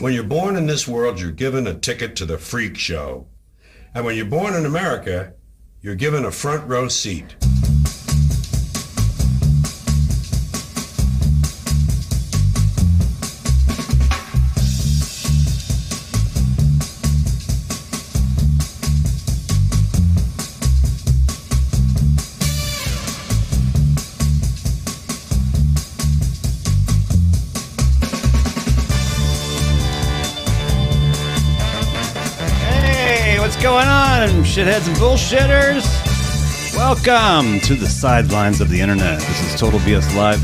When you're born in this world, you're given a ticket to the freak show. And when you're born in America, you're given a front row seat. Hey, what's going on, shitheads and bullshitters? Welcome to the sidelines of the internet. This is Total BS Live.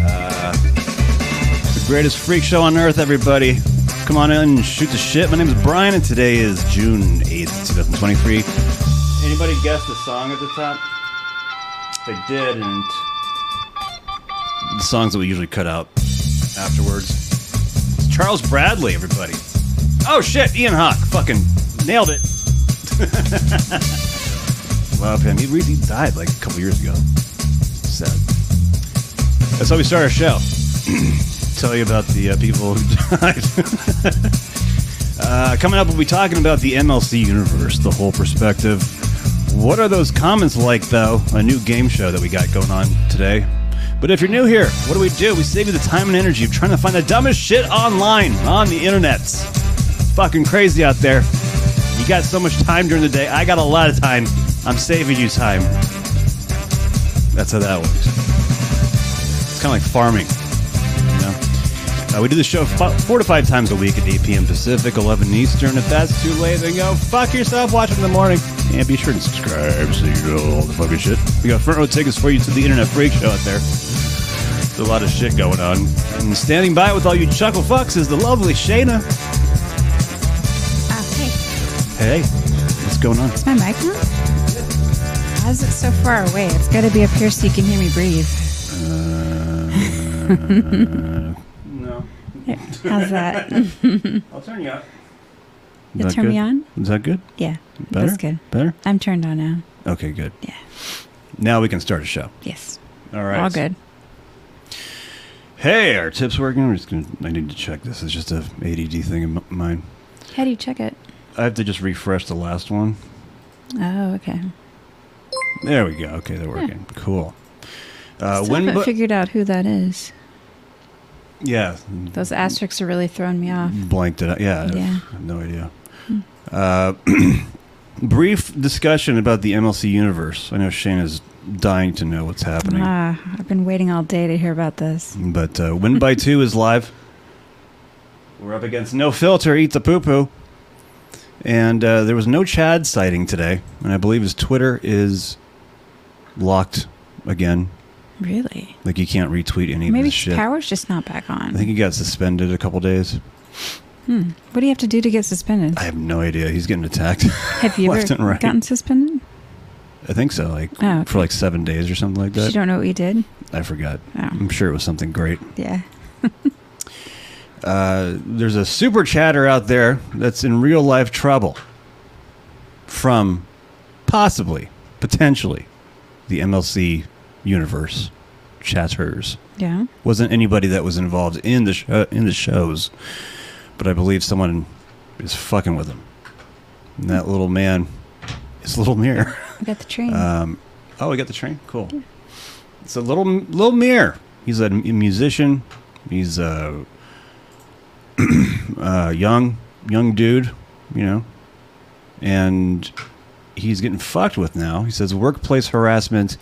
Uh, the greatest freak show on earth, everybody. Come on in and shoot the shit. My name is Brian, and today is June 8th, 2023. Anybody guess the song at the top? They did, and the songs that we usually cut out afterwards. It's Charles Bradley, everybody. Oh shit, Ian Hawk fucking nailed it. Love him. He, re- he died like a couple years ago. Sad. That's how we start our show. Tell you about the uh, people who died. uh, coming up, we'll be talking about the MLC universe, the whole perspective. What are those comments like, though? A new game show that we got going on today. But if you're new here, what do we do? We save you the time and energy of trying to find the dumbest shit online on the internets fucking crazy out there. You got so much time during the day. I got a lot of time. I'm saving you time. That's how that works. It's kind of like farming. You know? Uh, we do the show fo- four to five times a week at 8 p.m. Pacific, 11 Eastern. If that's too late, then go fuck yourself. Watch it in the morning. And be sure to subscribe so you know all the fucking shit. We got front row tickets for you to the Internet Freak Show out there. There's a lot of shit going on. And standing by with all you chuckle fucks is the lovely Shayna. Oh, hey, Hey, what's going on? is my mic on? Why is it so far away? It's got to be up here so you can hear me breathe. Uh, No. How's that? I'll turn you up. You turn me on? Is that good? Yeah, Better? that's good. Better? I'm turned on now. Okay, good. Yeah. Now we can start a show. Yes. All right. All good. Hey, are tips working? I'm just gonna. I need to check this. It's just a ADD thing in m- mine. How do you check it? I have to just refresh the last one. Oh, okay. There we go. Okay, they're working. Cool. Uh, Still when haven't bu- figured out who that is. yeah, Those asterisks are really throwing me off. blanked it out. Yeah, I Yeah. Hmm. have no idea. Uh, brief discussion about the MLC universe. I know Shane is dying to know what's happening. Ah, I've been waiting all day to hear about this. But uh, Win by Two is live. We're up against No Filter, Eat the Poo Poo. And uh, there was no Chad sighting today. And I believe his Twitter is locked again. Really? Like you can't retweet any of Maybe this shit. power's just not back I on. Hmm. think he got suspended a couple days. what do you have to do to get suspended? I have no idea. He's getting attacked. Have you left ever and right. gotten suspended? I think so. Like Oh, okay. for like seven days or something like you that. don't know what you did? I forgot. Oh, I'm sure it was something great. yeah. Uh, there's a super chatter out there that's in real life trouble from possibly, potentially, the MLC universe chatters. Yeah. Wasn't anybody that was involved in the sh- uh, in the shows, but I believe someone is fucking with him. And that little man, his little mirror. I got the train. Um, oh, we got the train. Cool. It's a little little mirror. He's a m- musician. He's a, a young young dude, you know, and he's getting fucked with now. He says workplace harassment,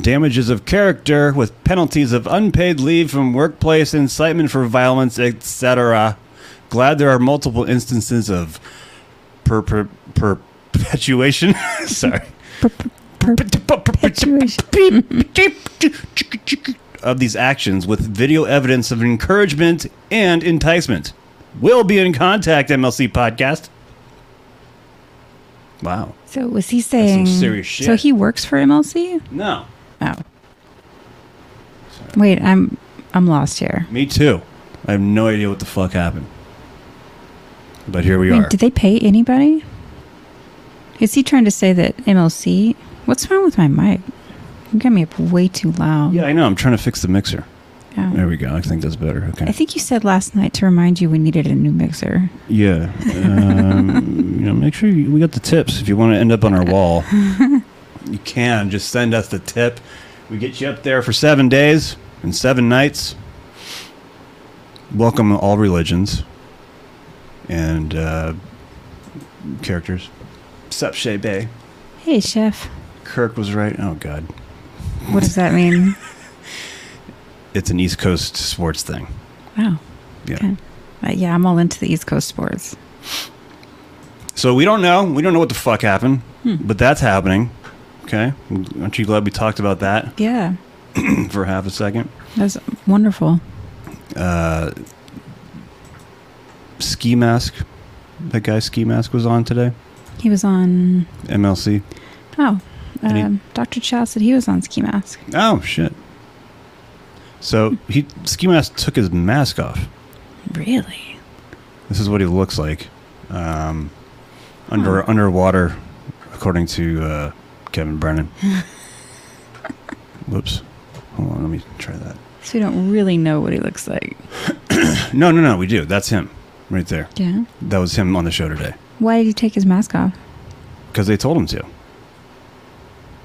damages of character with penalties of unpaid leave from workplace, incitement for violence, etc. Glad there are multiple instances of per, per, perpetuation. Sorry Perpetuation. of these actions with video evidence of encouragement and enticement. Will be in contact, MLC podcast. Wow. So was he some saying? serious shit. So he works for MLC? No. Oh. Wait, I'm I'm lost here. Me too. I have no idea what the fuck happened. But here we I mean, are. did they pay anybody? Is he trying to say that MLC? What's wrong with my mic? You got me up way too loud. yeah, I know. I'm trying to fix the mixer. There we go. I think that's better. Okay. Oh. I think you said last night to remind you we needed a new mixer. Yeah. Um, you know, make sure you, we got the tips if you want to end up on our wall. you can just send us the tip. We get you up there for seven days and seven nights. Welcome all religions and uh, characters. Sup, Shea Bay. Hey, chef. Kirk was right. Oh God, What does that mean? it's an East Coast sports thing. Wow. Yeah. Okay. Uh, yeah, I'm all into the East Coast sports. So we don't know. We don't know what the fuck happened, but that's happening. Okay. Aren't you glad we talked about that Yeah. for half a second? Uh, That's wonderful. Ski mask. That guy ski mask was on today. He was on. MLC. Oh. And he- Um, Dr. Chow said he was on ski mask. Oh shit. So he ski mask took his mask off. Really? This is what he looks like. Um, under underwater, according to uh, Kevin Brennan. Whoops. Hold on, let me try that. So we don't really know what he looks like. No, no, no, we do. That's him right there. Yeah. That was him on the show today Why did he take his mask off? because they told him to.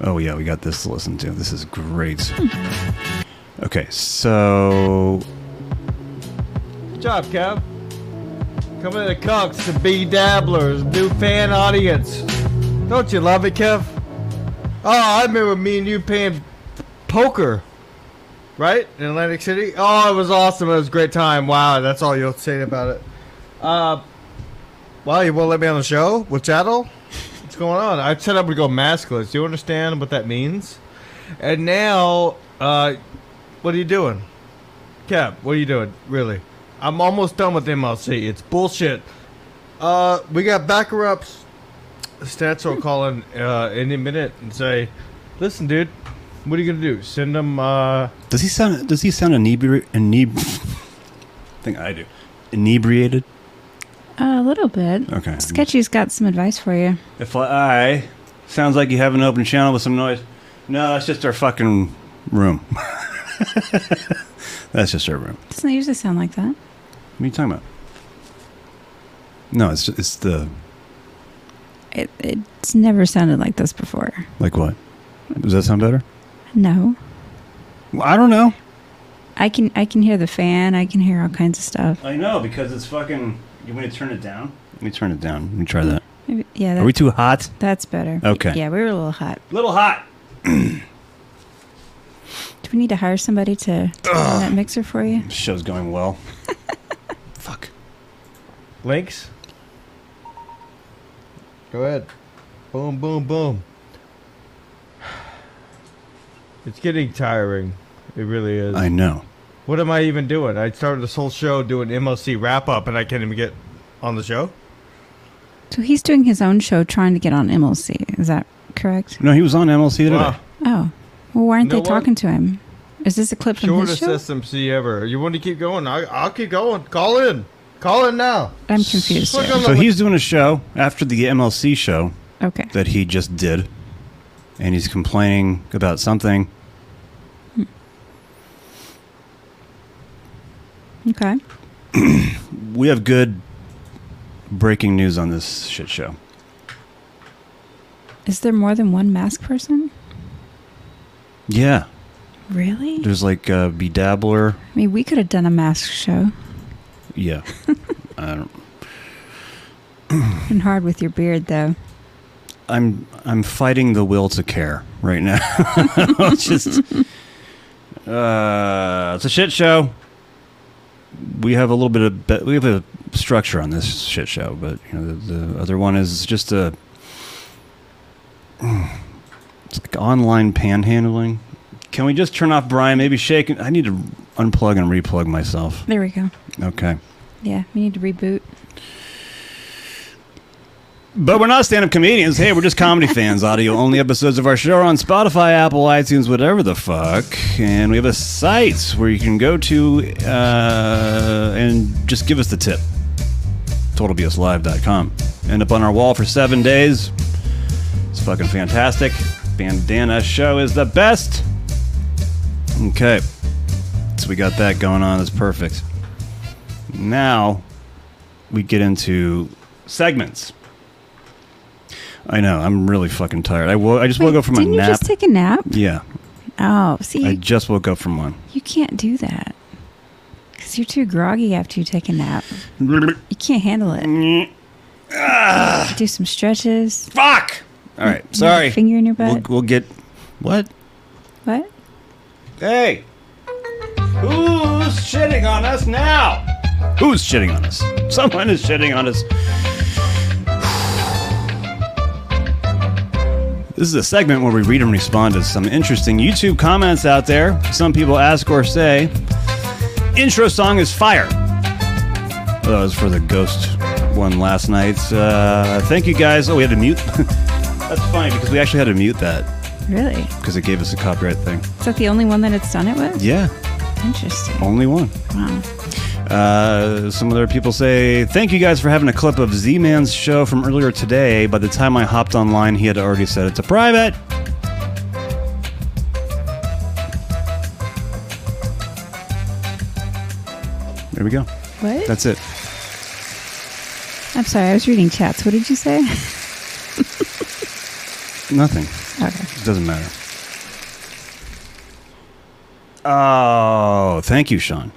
Oh, yeah, we got this to listen to. This is great. Okay, so Good job, Kev. Coming to the Cunks to be dabblers, new fan audience. Don't you love it, Kev? Oh, I remember me and you playing poker, right? In Atlantic City. Oh, it was awesome. It was a great time. Wow, that's all you'll say about it. Uh, wow, you won't let me on the show with Chattel? What's going on? I said I would go maskless. Do you understand what that means? And now, uh, what are you doing? Cap, what are you doing? Really? I'm almost done with MLC. It's bullshit. Uh, we got backer ups. Stats will call in uh, any minute and say, "Listen, dude, what are you gonna do? Send them uh, Does he sound? Does he sound inebriated? Ineb- I think I do. Inebriated. a little bit. Okay. Sketchy's got some advice for you. If I, I sounds like you have an open channel with some noise. No, that's just our fucking room. that's just our room. Doesn't it usually sound like that? What are you talking about? No, it's it's the It, it's never sounded like this before. like what? Does that sound better? No. Well, I don't know. I can I can hear the fan. I can hear all kinds of stuff. I know because it's fucking. You want to turn it down? Let me turn it down. Let me try that. Maybe, yeah, that, Are we too hot? that's better. Okay. Yeah, we were a little hot. Little hot. Do we need to hire somebody to, to run that mixer for you? This show's going well. Fuck. links." Go ahead. Boom, boom, boom. It's getting tiring. It really is. I know. What am I even doing? I started this whole show doing MLC wrap up, and I can't even get on the show. So he's doing his own show, trying to get on MLC. Is that correct? No, he was on MLC today. Wow. Oh, well, why aren't No they one- talking to him? Is this a clip from his Shortest show? SMC ever. You want to keep going? I, I'll keep going. Call in. Call in now. I'm confused. Click Here. on So the- he's doing a show after the MLC show Okay. that he just did, and he's complaining about something. Okay. We have good breaking news on this shit show. Is there more than one mask person? Yeah, Really? there's like uh, Bedabbler. I mean, we could have done a mask show. Yeah, I don't, Been hard with your beard, though. I'm I'm fighting the will to care right now. it's just uh, it's a shit show. We have a little bit of be- we have a structure on this shit show, but you know the, the other one is just a it's like online panhandling. Can we just turn off Brian? Maybe shake. it- I need to unplug and replug myself. There we go. Okay. Yeah, we need to reboot. But we're not stand-up comedians. Hey, we're just comedy fans. Audio only episodes of our show are on Spotify, Apple, iTunes, whatever the fuck. And we have a site where you can go to uh, and just give us the tip. TotalBSLive.com. End up on our wall for seven days. It's fucking fantastic. Bandana show is the best. Okay. It's so we got that going on. That's perfect. Now we get into segments. I know. I'm really fucking tired. I, wo- I just woke Wait, up from a didn't nap. you just take a nap? yeah, Oh, see, I you, just woke up from one. you can't do that because you're too groggy after you take a nap. You can't handle it. Mm. do some stretches. Ah. Fuck. All right. Sorry. Finger in your We'll, butt. we'll get. What? What? Hey. Who's shitting on us now? Who's shitting on us? Someone is shitting on us. This is a segment where we read and respond to some interesting YouTube comments out there. Some people ask or say, intro song is fire. That was for the ghost one last night. Uh, thank you guys. Oh, we had to mute. That's funny because we actually had to mute that Really? because it gave us a copyright thing. Is that the only one that it's done it with? Yeah, Interesting. only one. Wow. Uh, some other people say, Thank you guys for having a clip of Z Man's show from earlier today. By the time I hopped online, he had already set it to private. There we go. What? That's it. I'm sorry, I was reading chats. What did you say? Nothing. okay. It doesn't matter. Oh, thank you, Sean.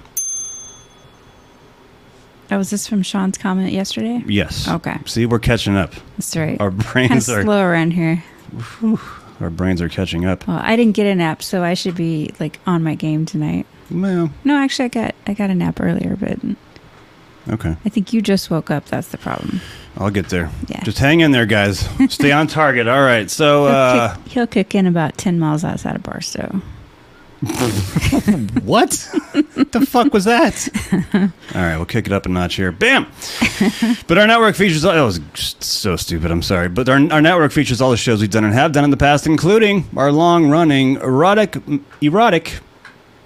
Oh, was this from Sean's comment yesterday? Yes. Okay. See, we're catching up. That's right. Our kind of brains are slow around here. our brains are catching up. Well, I didn't get a nap, so I should be like on my game tonight. Well, No, actually, I got I got a nap earlier, but okay. I think you just woke up. That's the problem. I'll get there. Yeah. Just hang in there, guys. Stay on target. All right. So, He'll, uh, kick, he'll kick in about ten miles outside of Barstow. uh, what the fuck was that? All right. We'll kick it up a notch here. Bam. but our network features, that was just so stupid. I'm sorry. But our, our network features all the shows we've done and have done in the past, including our long running erotic, erotic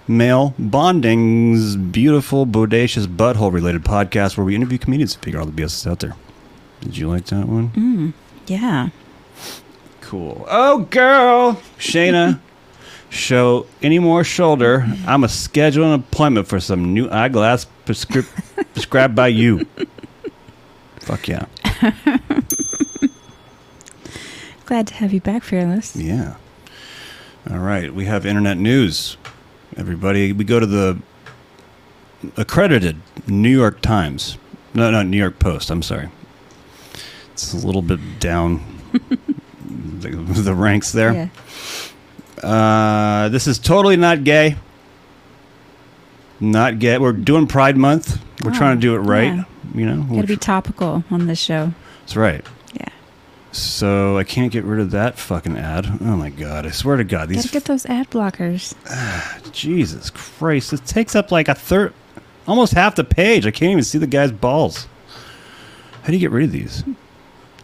male bondings, beautiful, bodacious, butthole related podcast where we interview comedians to figure out all the BS that's out there. Did you like that one? Mm, Yeah. Cool. Oh, girl, Shayna, show any more shoulder. I'm a schedule an appointment for some new eyeglass prescri- prescribed by you. Fuck yeah, Glad to have you back, Fearless. yeah. All right, we have internet news. Everybody, we go to the accredited New York Times. No, no, New York Post. I'm sorry. It's a little bit down the, the ranks there. Yeah. Uh, this is totally not gay. Not gay. We're doing Pride Month. We're Oh, trying to do it right. yeah. You know, Got to be We're tr- topical on this show. that's right. Yeah. So I can't get rid of that fucking ad. Oh my god! I swear to God, Got to these Uh, get those ad blockers. Jesus Christ! It takes up like a third, almost half the page. I can't even see the guy's balls. How do you get rid of these?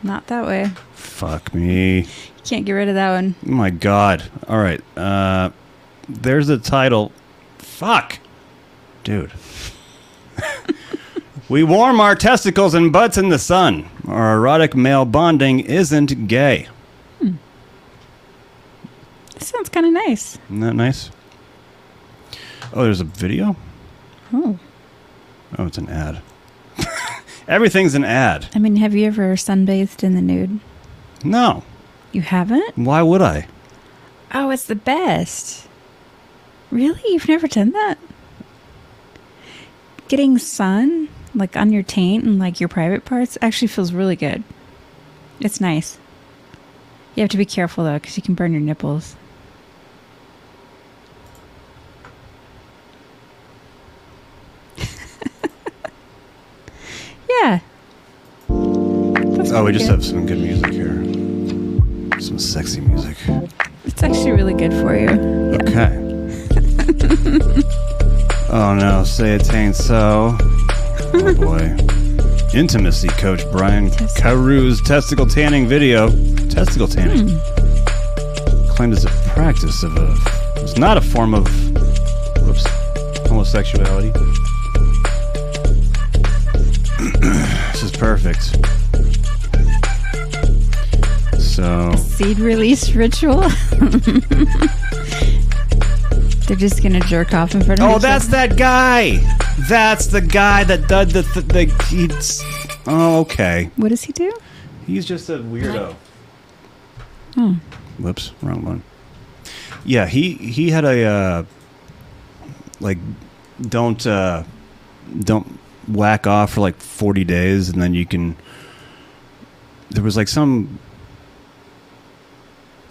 Not that way. Fuck me. Can't get rid of that one. Oh my god. All right. Uh there's the title. Fuck. Dude. we warm our testicles and butts in the sun. Our erotic male bonding isn't gay. This sounds kind of nice. Isn't that nice? Oh, there's a video? Oh. Oh, it's an ad. Everything's an ad. I mean, have you ever sunbathed in the nude? No. You haven't? Why would I? Oh, it's the best. Really? You've never done that? Getting sun, like on your taint and like your private parts, actually feels really good. It's nice. You have to be careful though, because you can burn your nipples. yeah. That's Oh, we pretty just good. have some good music here. Some sexy music. It's actually really good for you. Okay. oh no, say it ain't so. Oh boy. Intimacy coach Brian Testicle. Carew's testicle tanning video. Testicle tanning. Hmm. Claimed as a practice of a. It's not a form of. Whoops. Homosexuality. this is perfect. So. Seed release ritual. They're just gonna jerk off in front of Oh, each that's other. that guy. That's the guy that did the th- the. He's, oh, okay. What does he do? He's just a weirdo. Oh. Whoops, wrong one. Yeah, he he had a uh, like don't uh, don't whack off for like forty days, and then you can. There was like some.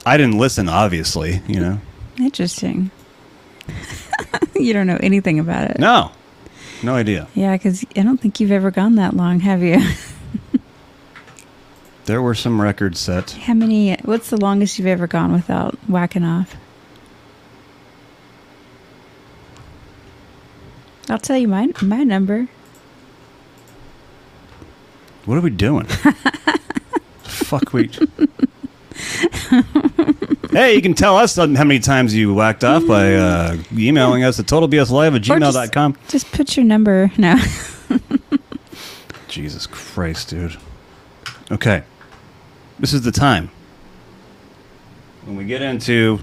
I didn't listen, obviously. You know, Interesting. you don't know anything about it. no, no idea. Yeah, because I don't think you've ever gone that long, have you? There were some records set. How many? What's the longest you've ever gone without whacking off? I'll tell you my my number. What are we doing? Fuck we. hey, you can tell us how many times you whacked off by uh, emailing us at totalbslive at Or just- gmail.com. Just put your number. No, Jesus Christ, dude. Okay. This is the time. When we get into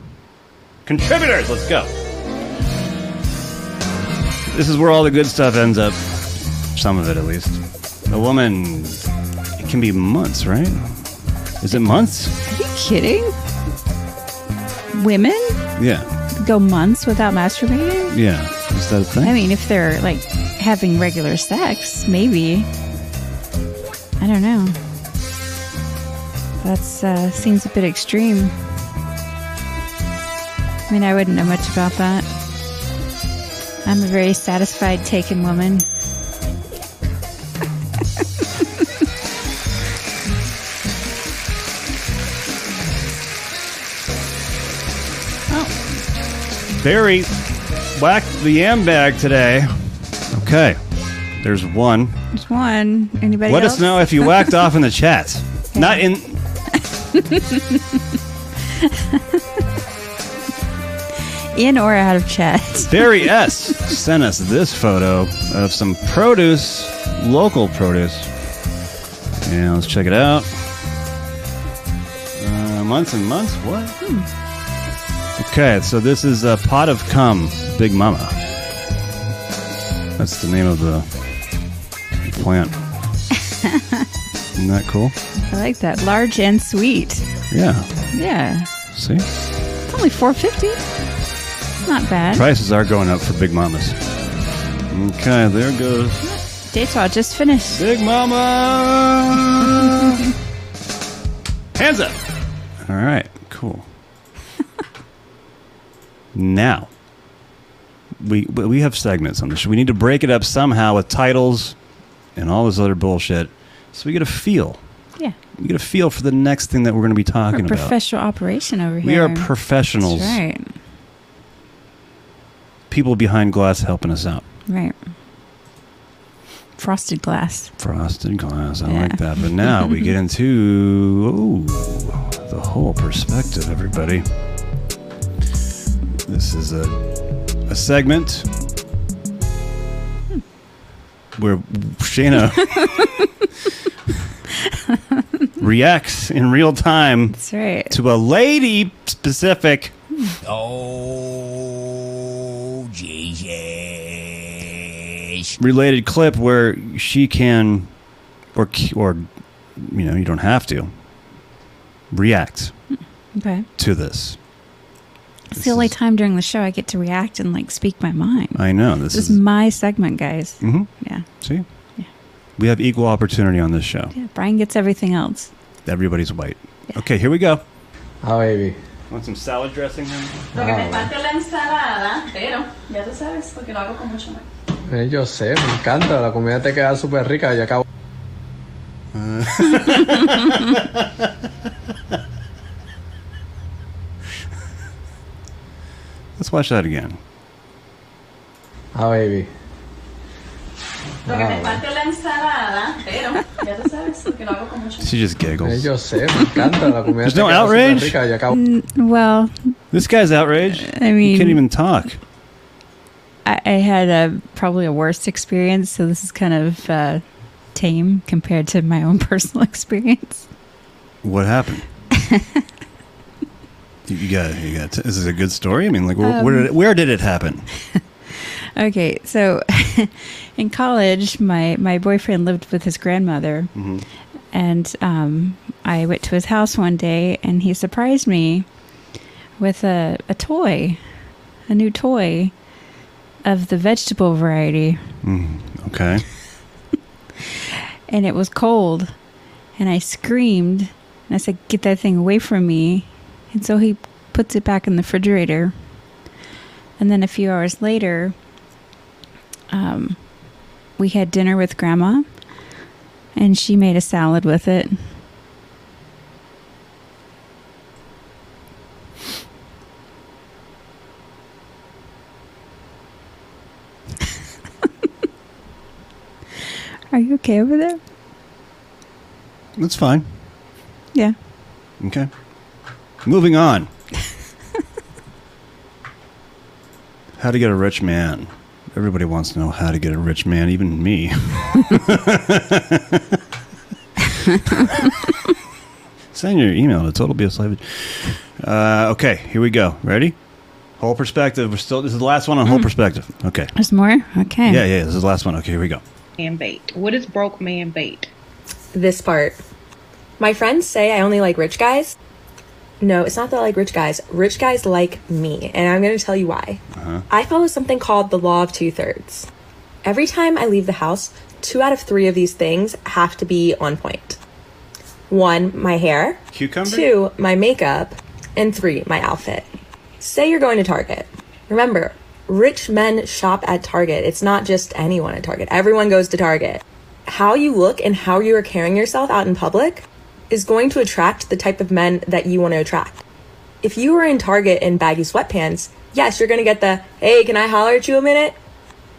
contributors, let's go. This is where all the good stuff ends up. Some of it, at least. A woman. It can be months, right? Is it months? are you kidding? Women Yeah. go months without masturbating. Yeah. Is that a thing? I mean, if they're like having regular sex, maybe. I don't know. That's uh, seems a bit extreme. I mean, I wouldn't know much about that. I'm a very satisfied, taken woman. Barry whacked the yam bag today. Okay. There's one. There's one. Anybody Let else? us know if you whacked off in the chat. Not in. In or out of chat. Barry S. sent us this photo of some produce, local produce. Yeah, let's check it out. Uh, months and months? What? Okay, so this is a pot of cum, Big Mama. That's the name of the plant. Isn't that cool? I like that. Large and sweet. Yeah. Yeah. See? It's only 450. Not bad. Prices are going up for Big Mamas. Okay, there goes Data just finished. Big Mama! Hands up! All right, cool. now, we we have segments on this. We need to break it up somehow with titles and all this other bullshit so we get a feel. Yeah. We get a feel for the next thing that we're going to be We're talking a about. professional operation over We here. are professionals, That's right. people behind glass helping us out. Right. Frosted glass. Frosted glass. I Yeah. like that. But now we get into oh, the whole perspective, everybody. This is a, a segment where Shayna reacts in real time That's right. to a lady specific. Oh, Jesus. related clip where she can, or or you know, you don't have to react Okay. to this. It's This the only is- time during the show I get to react and like speak my mind. I know this This is is. my segment, guys. hmm Yeah. See, Yeah. we have equal opportunity on this show. Yeah. Brian gets everything else. Everybody's white. Okay, here we go. Ah, baby. Want some salad dressing? Lo que me falta es la ensalada, pero ya tú sabes, porque lo hago con mucho más. Eh, yo sé, me encanta. La comida te queda súper rica y acabo. Let's watch that again. Ah, baby. Lo que Ah. me falta es la ensalada, pero ya tú sabes, porque lo hago con mucho más. She just Eh, giggles. yo sé, me encanta. La comida There's te no queda súper outrage? rica y acabo. Well, This guy's outraged. I he mean, can't even talk. I, I had a probably a worse experience, so this is kind of uh, tame compared to my own personal experience. What happened? You- You got. You got. This is a good story. I mean, like, where, Um, where did it, where did it happen? Okay, so in college, my, my boyfriend lived with his grandmother, and um, I went to his house one day, and he surprised me with a, a toy, a new toy of the vegetable variety, Mm, Okay. and it was cold, and I screamed, and I said, "Get that thing away from me!" And so he puts it back in the refrigerator, and then a few hours later, um, we had dinner with Grandma, and she made a salad with it. Are you okay over there? That's fine. Yeah. Okay. Moving on. how to get a rich man. Everybody wants to know how to get a rich man, even me. Send your email to totalbslive. Uh, okay, here we go. Ready? Whole perspective. We're still. This is the last one on whole perspective. Okay. There's more? Okay. Yeah, yeah. This is the last one. Okay, here we go. man bait. What is broke man bait? this part. My friends say I only like rich guys. No, it's not that I like rich guys. Rich guys like me, and I'm going to tell you why. Uh-huh. I follow something called the law of two thirds. Every time I leave the house, two out of three of these things have to be on point one, my hair, Cucumber? two, my makeup, and three, my outfit. Say you're going to Target. Remember, rich men shop at Target. It's not just anyone at Target, everyone goes to Target how you look and how you are carrying yourself out in public is going to attract the type of men that you want to attract. If you are in Target in baggy sweatpants, yes, you're going to get the, hey, can I holler at you a minute?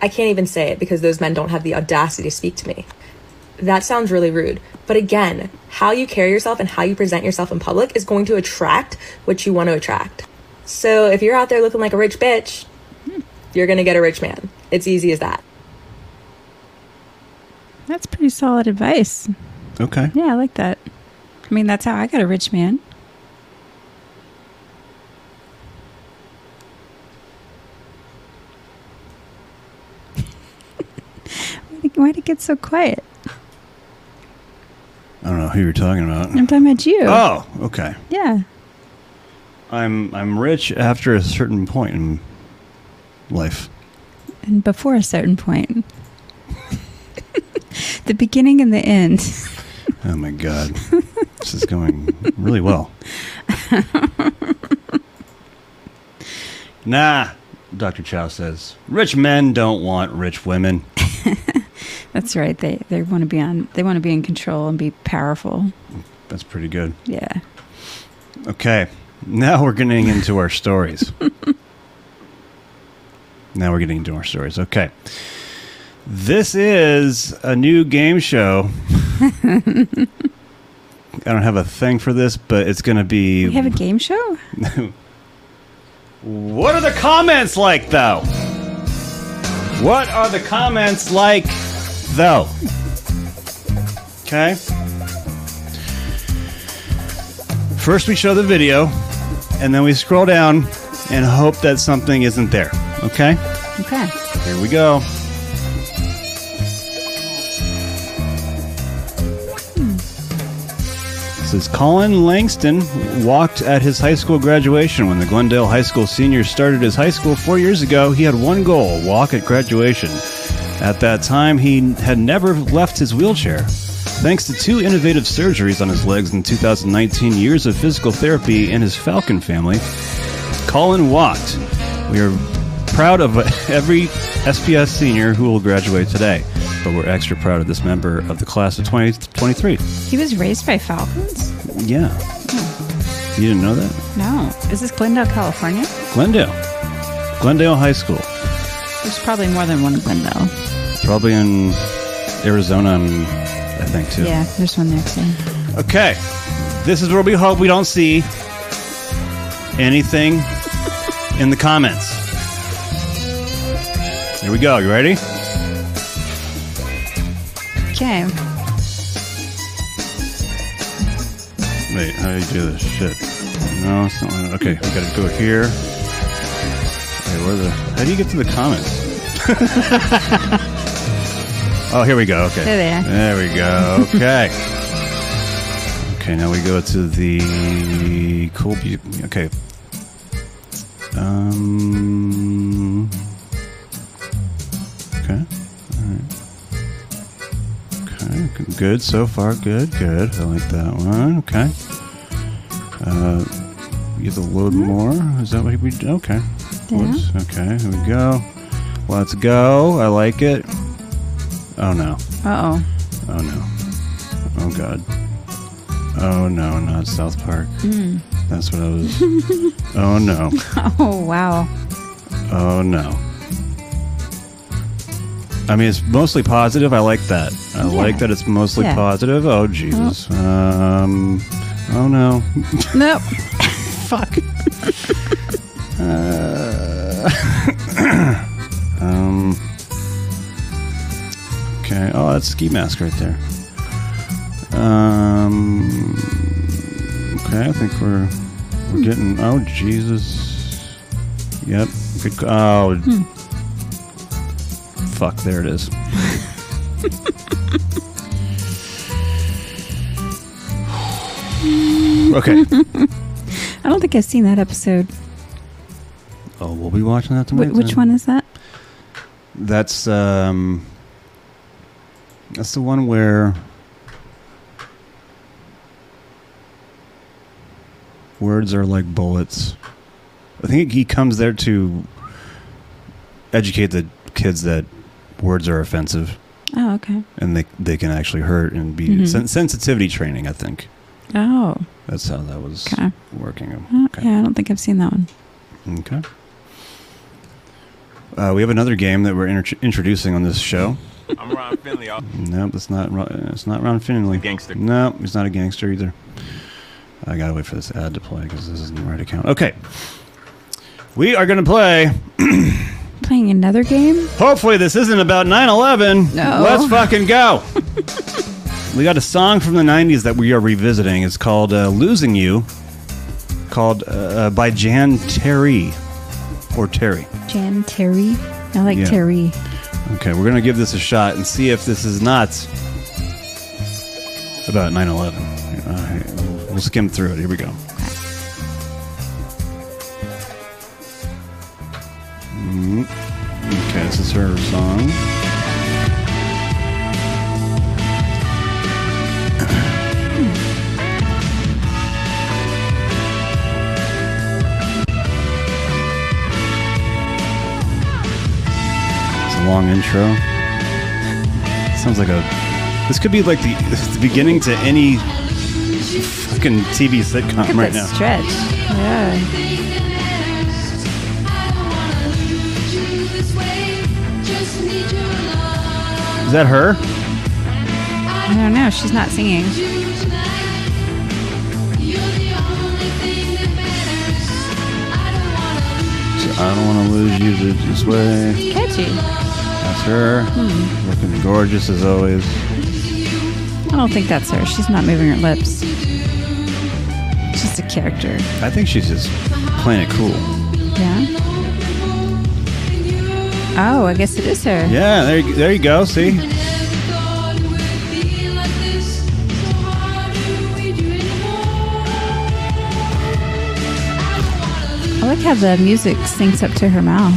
I can't even say it because those men don't have the audacity to speak to me. That sounds really rude. But again, how you carry yourself and how you present yourself in public is going to attract what you want to attract. So if you're out there looking like a rich bitch, you're going to get a rich man. It's easy as that. That's pretty solid advice. Okay. Yeah, I like that. I mean, that's how I got a rich man. Why'd it get so quiet? I don't know who you're talking about. I'm talking about you. Oh, okay. Yeah. I'm I'm rich after a certain point in life. And before a certain point, the beginning and the end. Oh my god, this is going really well. nah, Dr. Chow says rich men don't want rich women. That's right. They they want to be on. They want to be in control and be powerful. That's pretty good. Yeah. Okay, now we're getting into our stories. now we're getting into our stories. Okay, this is a new game show. I don't have a thing for this, but it's going to be. We have a game show. What are the comments like, though? What are the comments like, though? Okay. First, we show the video, and then we scroll down and hope that something isn't there. Okay? Okay. Here we go. Says Colin Langston walked at his high school graduation when the Glendale High School seniors started his high school four years ago. He had one goal walk at graduation. At that time, he had never left his wheelchair. Thanks to two innovative surgeries on his legs in 2019, years of physical therapy, and his Falcon family, Colin walked. We are proud of every SPS senior who will graduate today, but we're extra proud of this member of the class of 2023. He was raised by falcons. Hmm. yeah. You didn't know that? No. Is this Glendale, California? Glendale. Glendale High School. There's probably more than one Glendale. Probably in Arizona, um, I think, too. Yeah, there's one there too. Okay. This is where we hope we don't see anything in the comments. Here we go. You ready? Okay. Wait, how do you do this shit? No, it's not. one. Okay, we gotta go here. Wait, where the? How do you get to the comments? oh, here we go. Okay, There they are. There we go. Okay. okay, now we go to the cool. Be- okay. Um. Okay. All right. Okay. Good so far. Good. Good. I like that one. Okay. Uh, you have to load Mm-hmm. more. Is that what we do? Okay. Whoops. Okay, here we go. Let's go. I like it. Oh no. Uh oh. Oh no. Oh god. Oh no, not South Park. Mm. That's what I was. oh no. Oh wow. Oh no. I mean, it's mostly positive. I like that. I like that it's mostly Yeah. positive. Oh Jesus. Um. Oh no. Nope. Fuck. uh, um. Okay. Oh, that's ski mask right there. Um. Okay, I think we're Hmm. we're getting. Oh Jesus. Yep. Good. c- Oh. Hmm. Fuck. There it is. okay. I don't think I've seen that episode. Oh, we'll be watching that Wh- tonight. which then. one is that? That's um, that's the one where words are like bullets. I think he comes there to educate the kids that words are offensive Oh okay. and they they can actually hurt and be Mhm. sen- sensitivity training. I think Oh. that's how that was Okay. working. Uh, Okay. Yeah, I don't think I've seen that one. Okay. Uh, we have another game that we're inter- introducing on this show. I'm Ron Finley. I'll Nope, that's not. Ro- uh, It's not Ron Finley. Gangster. No, he's not a gangster either. I gotta wait for this ad to play because this isn't the right account. Okay, we are gonna play. Playing another game? Hopefully, this isn't about 9/11. No. Let's fucking go. we got a song from the '90s that we are revisiting. It's called uh, "Losing You," called uh, uh, by Jan Terry or Terry. Jan Terry. I like Yeah. Terry. Okay, we're gonna give this a shot and see if this is not about 9 11. we'll skim through it. Here we go. Mm, Okay, this is her song. It's a long intro. Sounds like a. This could be like the, the beginning to any fucking TV Look sitcom at right that now. stretch. Yeah. Is that her? I don't know. She's not singing. I don't want to lose you th- this way. Catchy. That's her. Hmm. Looking gorgeous as always. I don't think that's her. She's not moving her lips. It's Just a character. I think she's just playing it cool. Yeah. Oh, I guess it is her. Yeah, there, you- there you go. See, I like how the music syncs up to her mouth.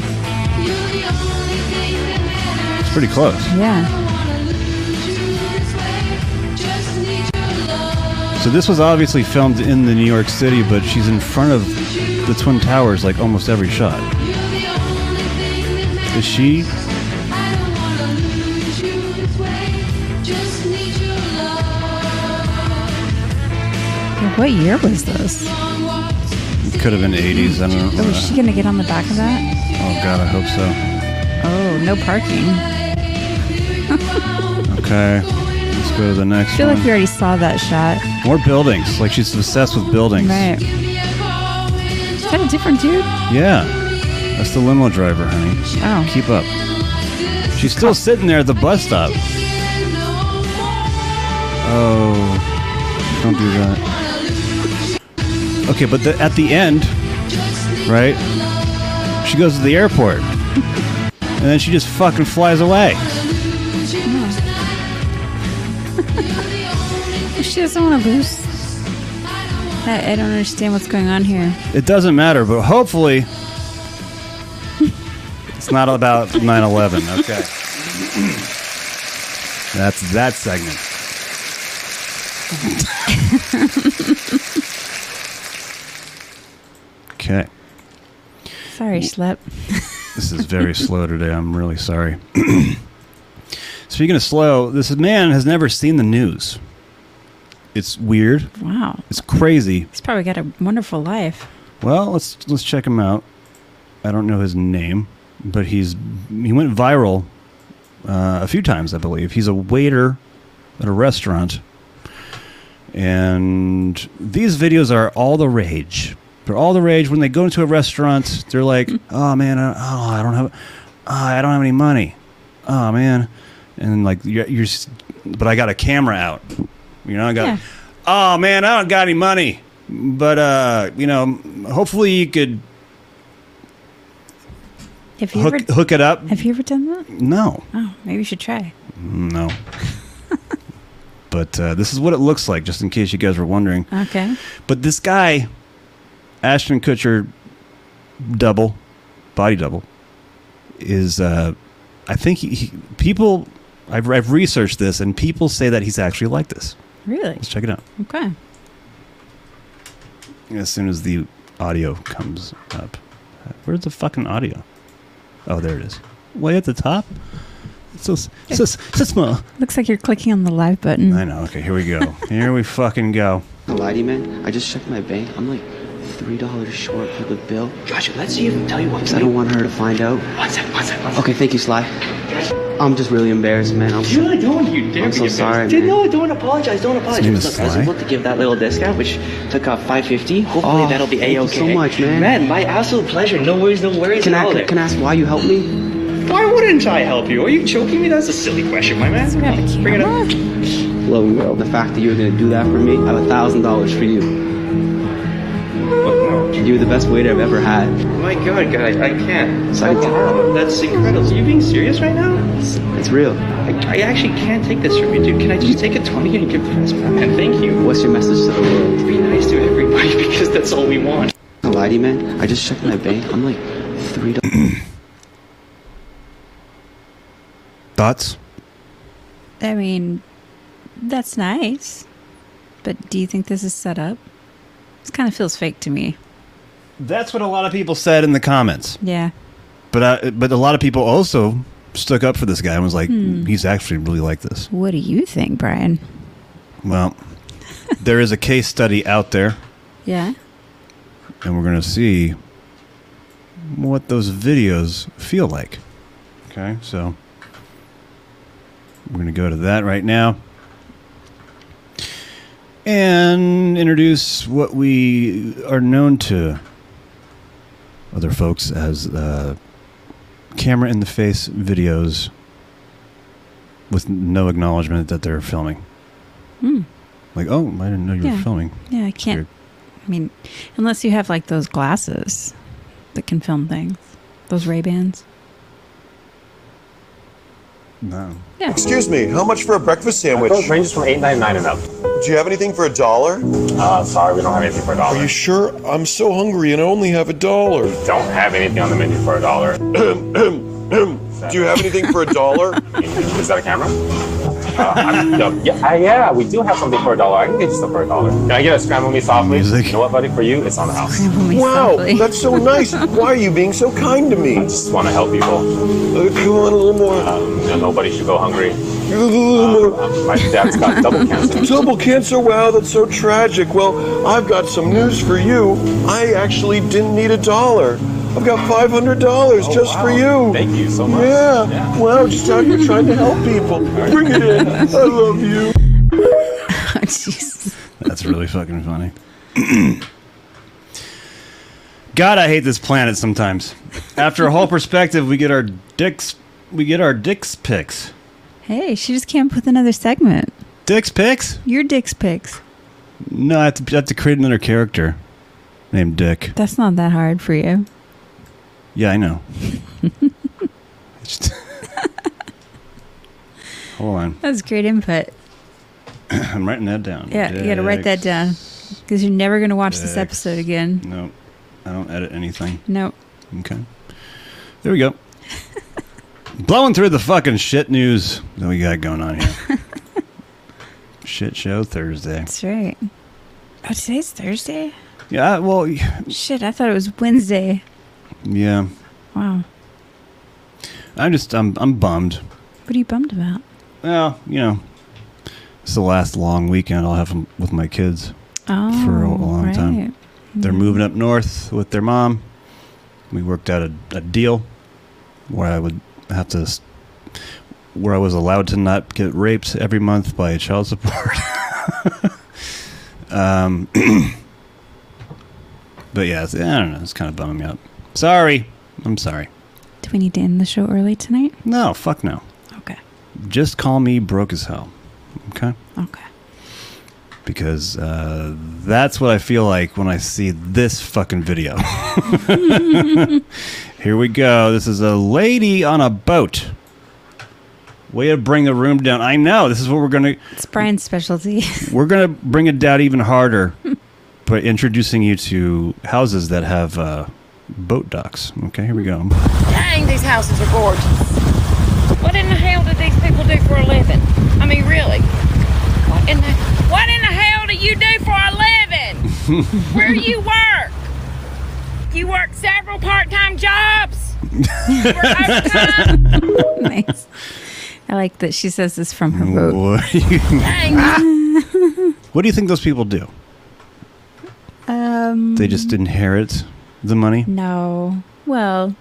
it's pretty close. Yeah. So this was obviously filmed in the New York City, but she's in front of the Twin Towers like almost every shot. Is she? Yeah, What year was this? Could have been 80s. I don't know. Oh, is she gonna get on the back of that? Oh God, I hope so. Oh, no parking. I Okay, let's go to the next feel one. like we already saw that shot. More buildings. Like she's obsessed with buildings. Right. Is that a different dude? Yeah, that's the limo driver, honey. Oh. Keep up. She's still sitting there at the bus stop. Oh, don't do that. Okay, but the, at the end, right? She goes to the airport, and then she just fucking flies away. Oh, She doesn't want to lose. I, I don't understand what's going on here. It doesn't matter, but hopefully, it's not about 9/11. Okay, that's that segment. okay. Sorry, schlep. This is very slow today. I'm really sorry. Speaking of slow, this man has never seen the news. It's weird. Wow. It's crazy. He's probably got a wonderful life. Well, let's let's check him out. I don't know his name, but he's he went viral uh, a few times, I believe. He's a waiter at a restaurant, and these videos are all the rage. They're all the rage when they go into a restaurant. They're like, "Oh man, I, oh I don't have, oh, I don't have any money, oh man," and like you're, you're s- but I got a camera out, you know. I got, Yeah. oh man, I don't got any money, but uh, you know, hopefully you could Have you hook ever hook it up. have you ever done that? No, Oh, maybe you should try. no. but uh, this is what it looks like, just in case you guys were wondering. Okay. But this guy, Ashton Kutcher, double, body double, is uh, I think he, he people. I've, I've researched this, and people say that he's actually like this. Really? Let's check it out Okay. as soon as the audio comes up. Where's the fucking audio? Oh, there it is. Way at the top. It's so, so, so small. Looks like you're clicking on the live button. I know. Okay, here we go. Here we fucking go. gonna lie to you, man. I just checked my bank. I'm like three dollars short for the bill. Joshua, let's see if tell you what. I don't want her to find out. One sec, one sec. Okay, thank you, Sly. I'm just really embarrassed, man. I'm so, you dare I'm so sorry, Dude, man. no, don't apologize. Don't apologize. name is Look, I was Sly. able to give that little discount, which took off five fifty. Hopefully Oh, that'll be thank a you okay. so much, man. Man, my absolute pleasure. No worries, no worries. Can at all I there. can I ask why you helped me? Why wouldn't I help you? Are you joking me? That's a silly question, my man. We have a Bring it up. camera? Logan girl, the fact that you were gonna do that for me, I have a thousand dollars for you. You're the best waiter I've ever had. Oh My God, guys, I can't. Sorry. Wow, that's incredible. Are you being serious right now? It's real. I, I actually can't take this from you, dude. Can I just take a twenty and give this back? And thank you. What's your message to the world? Be nice to everybody because that's all we want. i lie to you, man. I just checked my bank. I'm like three dollars. Thoughts? I mean, that's nice. But do you think this is set up? This kind of feels fake to me. That's what a lot of people said in the comments. Yeah. But I, but a lot of people also stuck up for this guy and was like, he's actually really like this. What do you think, Brian? Well, there is a case study out there, Yeah. and we're gonna see what those videos feel like. Okay, so we're gonna go to that right now. And introduce what we are known to other folks as uh, camera in the face videos with no acknowledgement that they're filming. Like, oh, I didn't know you were Yeah. filming. Yeah, I can't. Weird. I mean, unless you have like those glasses that can film things, those Ray Bans. No. Yeah. Excuse me, how much for a breakfast sandwich? It ranges from eight nine nine and up. Do you have anything for a dollar? Uh, sorry, we don't have anything for a dollar. Are you sure? I'm so hungry and I only have a dollar. don't have anything on the menu for a dollar. Do you have anything for a dollar? Is that a camera? Uh, I'm- no, yeah, uh, yeah, we do have something for a dollar. I can get you some for a dollar. Can I get a scrambled me softly? Music. You know what, buddy? For you, it's on the house. Film me Wow, softly. that's so nice. Why are you being so kind to me? I just want to help people. Uh, come on, a little more. Um, you know, nobody should go hungry. A little more. Um, my dad's got double cancer. Double cancer, wow, that's so tragic. Well, I've got some news for you. I actually didn't need a dollar. I've got $500 just for you. Oh, Thank you so much. Yeah. wow, just out here trying to help people. Bring it in. I love you. Oh, Jeez. That's really fucking funny. God, I hate this planet sometimes. After a whole perspective, we get our dicks we get our dicks picks. hey, she just came up with another segment. Dicks picks? Your dick's picks. No, I have to, I have to create another character. named Dick. That's not that hard for you. Yeah, I know. Just- Hold on. That's great input. I'm writing that down. Yeah, you got to write that down because you're never going to watch this Dick. episode again. No, I don't edit anything. No. Okay. There we go. Blowing through the fucking shit news that we got going on here. shit show Thursday. That's right. Oh, today's Thursday? Yeah, well, Shit, I thought it was Wednesday. yeah. Wow. I'm just, I'm, I'm bummed. What are you bummed about? Well, you know, it's the last long weekend I'll have them with my kids Oh, for a long right. time. They're Mhm. moving up north with their mom. We worked out a, a deal where I would have to, s- where I was allowed to not get raped every month by child support. um, but yeah, it's, I don't know. It's kind of bumming me out. Sorry, I'm sorry. Do we need to end the show early tonight? No, fuck no. Okay. Just call me broke as hell. Okay? Okay. Because uh, that's what I feel like when I see this fucking video. Here we go. This is a lady on a boat. Way to bring the room down. I know. This is what we're going to. It's Brian's specialty. We're gonna bring it down even harder by introducing you to houses that have uh, boat docks. Okay, here we go. Dang, these houses are gorgeous. What in the hell do these people do for a living? I mean, really? What in the, what in the hell do you do for a living? Where you work? You work several part-time jobs. nice. I like that she says this from her boat. What do you- what do you think those people do? Um, They just inherit the money. No. Well,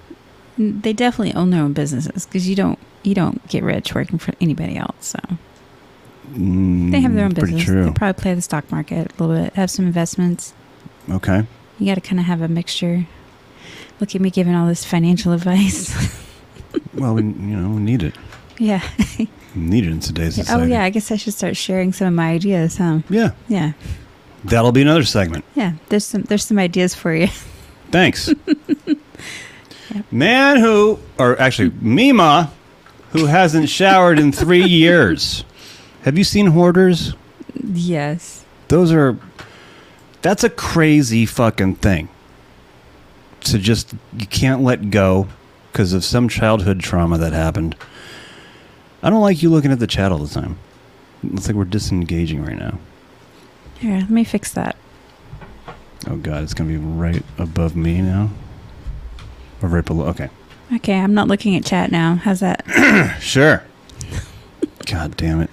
n- they definitely own their own businesses because you don't you don't get rich working for anybody else. So Mm, they have their own business. Pretty true. They probably play the stock market a little bit. Have some investments. okay. You got to kind of have a mixture. Look at me giving all this financial advice. Well, we, you know, we need it. yeah. We need it in today's oh society. yeah. I guess I should start sharing some of my ideas, huh? Yeah. Yeah. That'll be another segment. Yeah. There's some there's some ideas for you. Thanks. Man who, or actually, Mima, who hasn't showered in three years. Have you seen Hoarders? yes. Those are, that's a crazy fucking thing. To just, you can't let go because of some childhood trauma that happened. I don't like you looking at the chat all the time. It's like we're disengaging right now. Here, let me fix that. Oh god, it's gonna be right above me now, or right below. Okay, Okay, I'm not looking at chat now. How's that? sure. god damn it!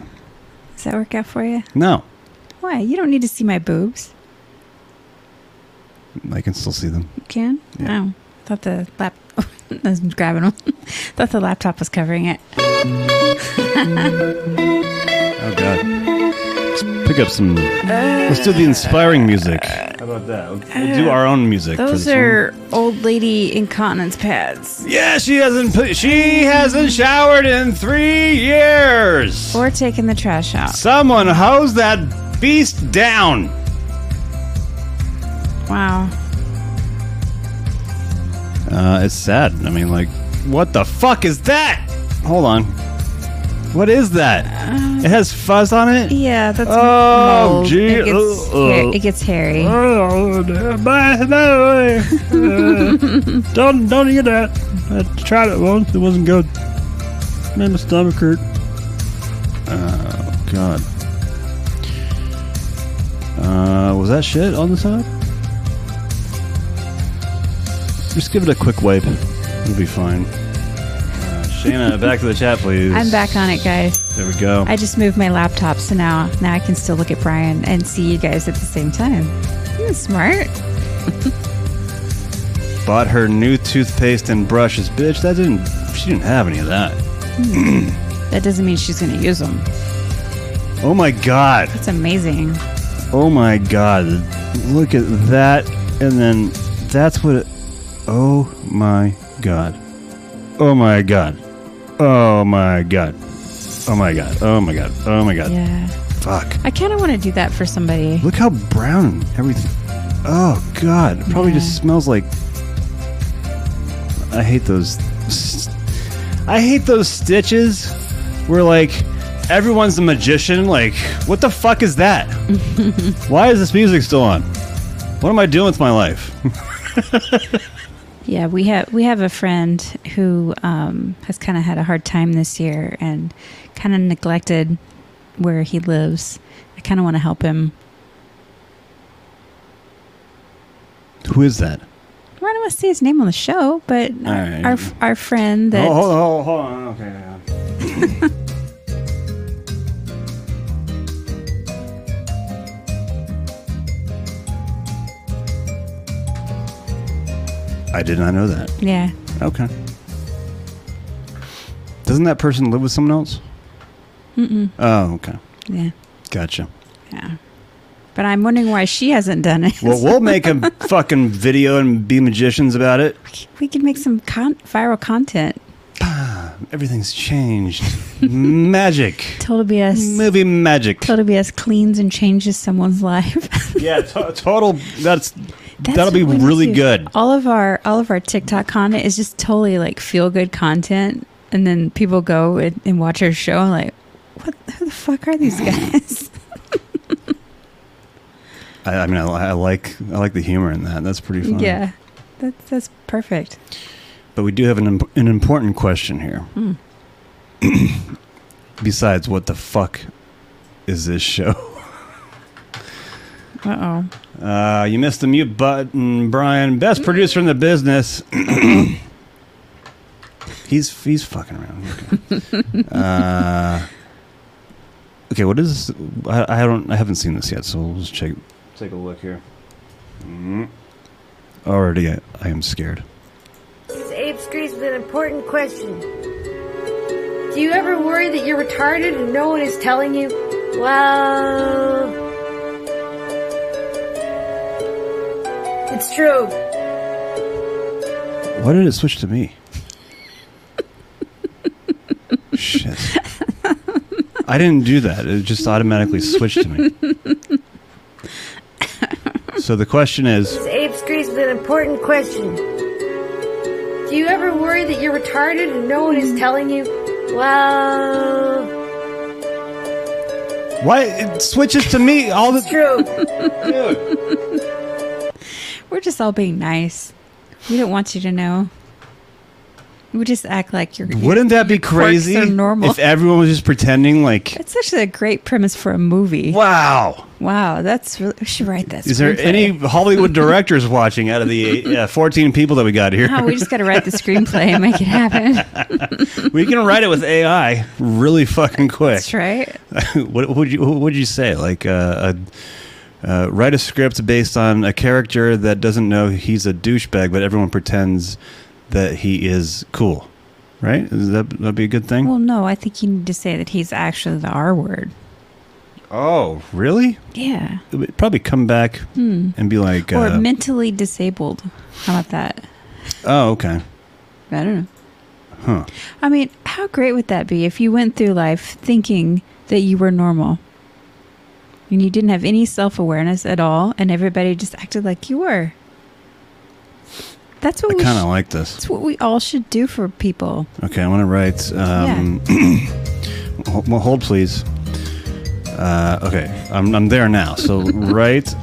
Does that work out for you? No, Why? You don't need to see my boobs. I can still see them. You can? Oh, I thought the lap. I was grabbing them. thought the laptop was covering it. Oh god. Let's pick up some. Let's do the inspiring music. How about that? We'll do our own music. for Those this one. are old lady incontinence pads. Yeah, she hasn't. Put, she hasn't showered in three years. Or taking the trash out. Someone hose that beast down. Wow. Uh, it's sad. I mean, like, what the fuck is that? Hold on. What is that? it has fuzz on it. Uh, Yeah, that's Oh, mold. gee, It gets, uh, hair- uh. it gets hairy. don't don't eat that. I tried it once. It wasn't good. Made my stomach hurt. Oh god. Uh, was that shit on the side? Just give it a quick wipe. It'll be fine. Uh, Shayna, back to the chat, please. I'm back on it, guys. There we go. I just moved my laptop, so now now I can still look at Brian and see you guys at the same time. Isn't that smart. Bought her new toothpaste and brushes, bitch. That didn't. She didn't have any of that. That doesn't mean she's going to use them. Oh my god. That's amazing. Oh my god. Look at that. And then that's what it. Oh my god. Oh my god. Oh my god. Oh my god. Oh my god. Oh my god. Yeah. Fuck. I kind of want to do that for somebody. Look how brown everything. Oh God! It probably just smells like. I hate those. I hate those stitches. Where like everyone's the magician. Like, what the fuck is that? Why is this music still on? What am I doing with my life? Yeah, we have we have a friend who um, has kind of had a hard time this year and kind of neglected where he lives. I kind of want to help him. Who is that? Well, I don't want to say his name on the show, but All right. our our friend that oh, hold on, hold on. Okay. hang on. I did not know that. yeah Okay. Doesn't that person live with someone else? Mm-mm. Oh, okay. yeah Gotcha. yeah. But I'm wondering why she hasn't done it. Well, we'll make a fucking video and be magicians about it. we could make some con- viral content. Uh, Everything's changed. magic. Total BS. Movie magic. Total BS cleans and changes someone's life. yeah, to- total. That's, That's that'll be what we need really to- good. All of our all of our TikTok content is just totally like feel good content, and then people go and, and watch our show and like, what? Who the fuck are these guys? I, I mean, I, li- I like I like the humor in that. That's pretty fun. yeah, that's that's perfect. But we do have an imp- an important question here. Besides, what the fuck is this show? Uh oh. Uh, you missed the mute button, Brian. Best producer in the business. he's he's fucking around. Okay. uh, okay, what is? This? I, I don't. I haven't seen this yet, so we'll just check. Take a look here. Mm. Already, I, I am scared. It's Abe Street with an important question. Do you ever worry that you're retarded and no one is telling you? Well, it's true. Why did it switch to me? Shit. I didn't do that. It just automatically switched to me. So the question is. It's Abe Street with an important question. Do you ever worry that you're retarded and no one is telling you? Well, Why it switches to me all the true. We're just all being nice. We don't want you to know. We just act like you're. Wouldn't that be quirks are crazy normal. if everyone was just pretending like It's actually a great premise for a movie. Wow. Wow, that's really. We should write that. is there screenplay. any Hollywood directors watching out of the uh, 14 people that we got here? No, we just got to write the screenplay and make it happen. we can write it with AI really fucking quick. That's right. what would you what would you say? Like uh, a, uh, write a script based on a character that doesn't know he's a douchebag, but everyone pretends that he is cool. Right? Is that that'd be a good thing? Well, no, I think you need to say that he's actually the R word. Oh, really? Yeah. It would probably come back Hmm. and be like, Or uh, mentally disabled. How about that? oh, okay, I don't know. huh? I mean, how great would that be if you went through life thinking that you were normal and you didn't have any self awareness at all and everybody just acted like you were? That's what I we kind of sh- like this. That's what we all should do for people. Okay, I want to write. Um, ho- well, hold, please. Uh, okay, I'm, I'm there now. So write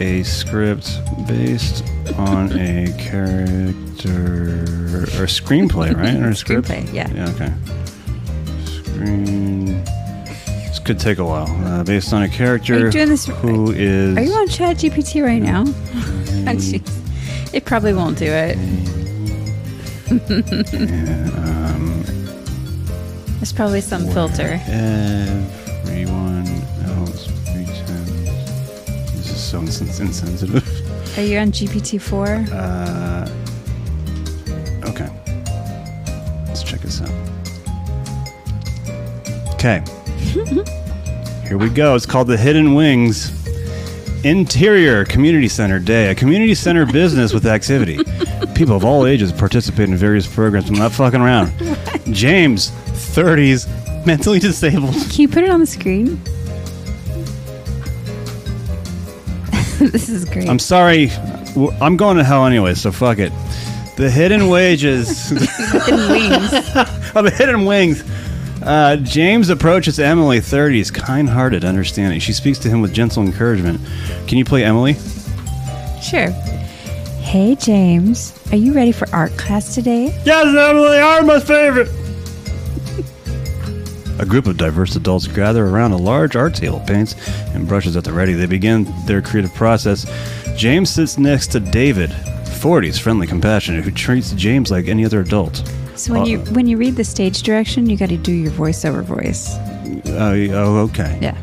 a script based on a character or screenplay, right? Or a script? Screenplay, yeah. Yeah. Okay. Screen. This could take a while. Uh, based on a Are character you doing this- who is. Are you on ChatGPT right now? Jeez. it probably won't do it. um, There's probably some filter. Everyone else pretends. This is so insens- insensitive. Are you on GPT-4? Uh, okay. Let's check this out. Okay. Here we go. It's called The Hidden Wings. Interior Community Center Day, a community center business with activity. People of all ages participate in various programs. I'm not fucking around. James, 30s, mentally disabled. Can you put it on the screen? this is great. I'm sorry. W- I'm going to hell anyway, so fuck it. The hidden wages. Hidden wings. of the hidden wings. Uh, James approaches Emily, 30s, kind hearted, understanding. She speaks to him with gentle encouragement. Can you play Emily? Sure. Hey, James. Are you ready for art class today? Yes, Emily, art my favorite. A group of diverse adults gather around a large art table, paints and brushes at the ready. They begin their creative process. James sits next to David, 40s, friendly, compassionate, who treats James like any other adult. So when Uh, you when you read the stage direction, you got to do your voiceover voice. Uh, oh, okay. Yeah.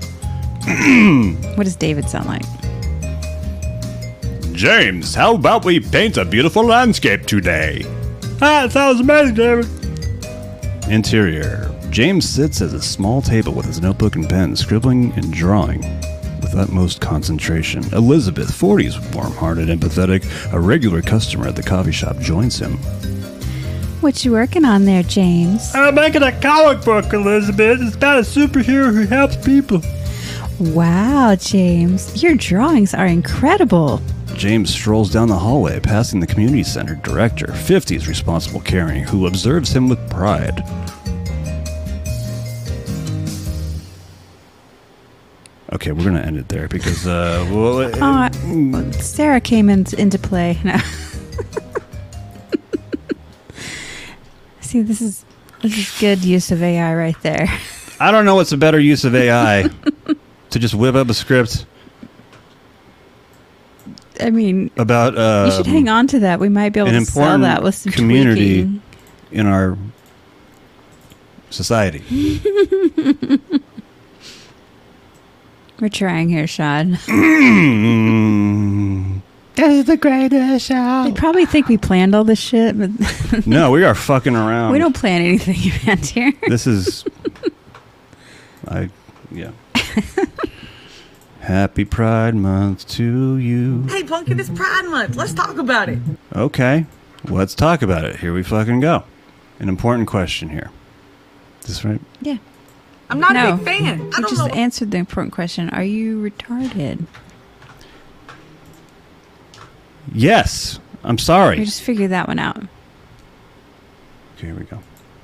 what does David sound like? James, how about we paint a beautiful landscape today? Ah, sounds amazing, David. Interior. James sits at a small table with his notebook and pen, scribbling and drawing with utmost concentration. Elizabeth, 40s, warm hearted, empathetic, a regular customer at the coffee shop, joins him. What you working on there, James? I'm making a comic book, Elizabeth. It's about a superhero who helps people. Wow, James, your drawings are incredible. James strolls down the hallway, passing the community center director, 50s, responsible caring, who observes him with pride. Okay, we're gonna end it there because uh, well, uh, it- Oh, Sarah came in, into play. No. See, this is this is good use of AI right there. I don't know what's a better use of AI to just whip up a script I mean, about uh, you should hang on to that. We might be able an to sell important that with some community tweaking. in our society. We're trying here, Sean. no, This is the greatest show. They probably think we planned all this shit, but we are fucking around. we don't plan anything around here. Um, This is. I yeah. Happy Pride Month to you. Hey, Pumpkin, it's Pride Month. Let's talk about it. Okay, let's talk about it. Here we fucking go. An important question here. Is this right? Yeah. I'm not no. a big fan. I You don't just know. answered the important question. Are you retarded? Yes. I'm We sorry. just figured that one out. Okay, here we go.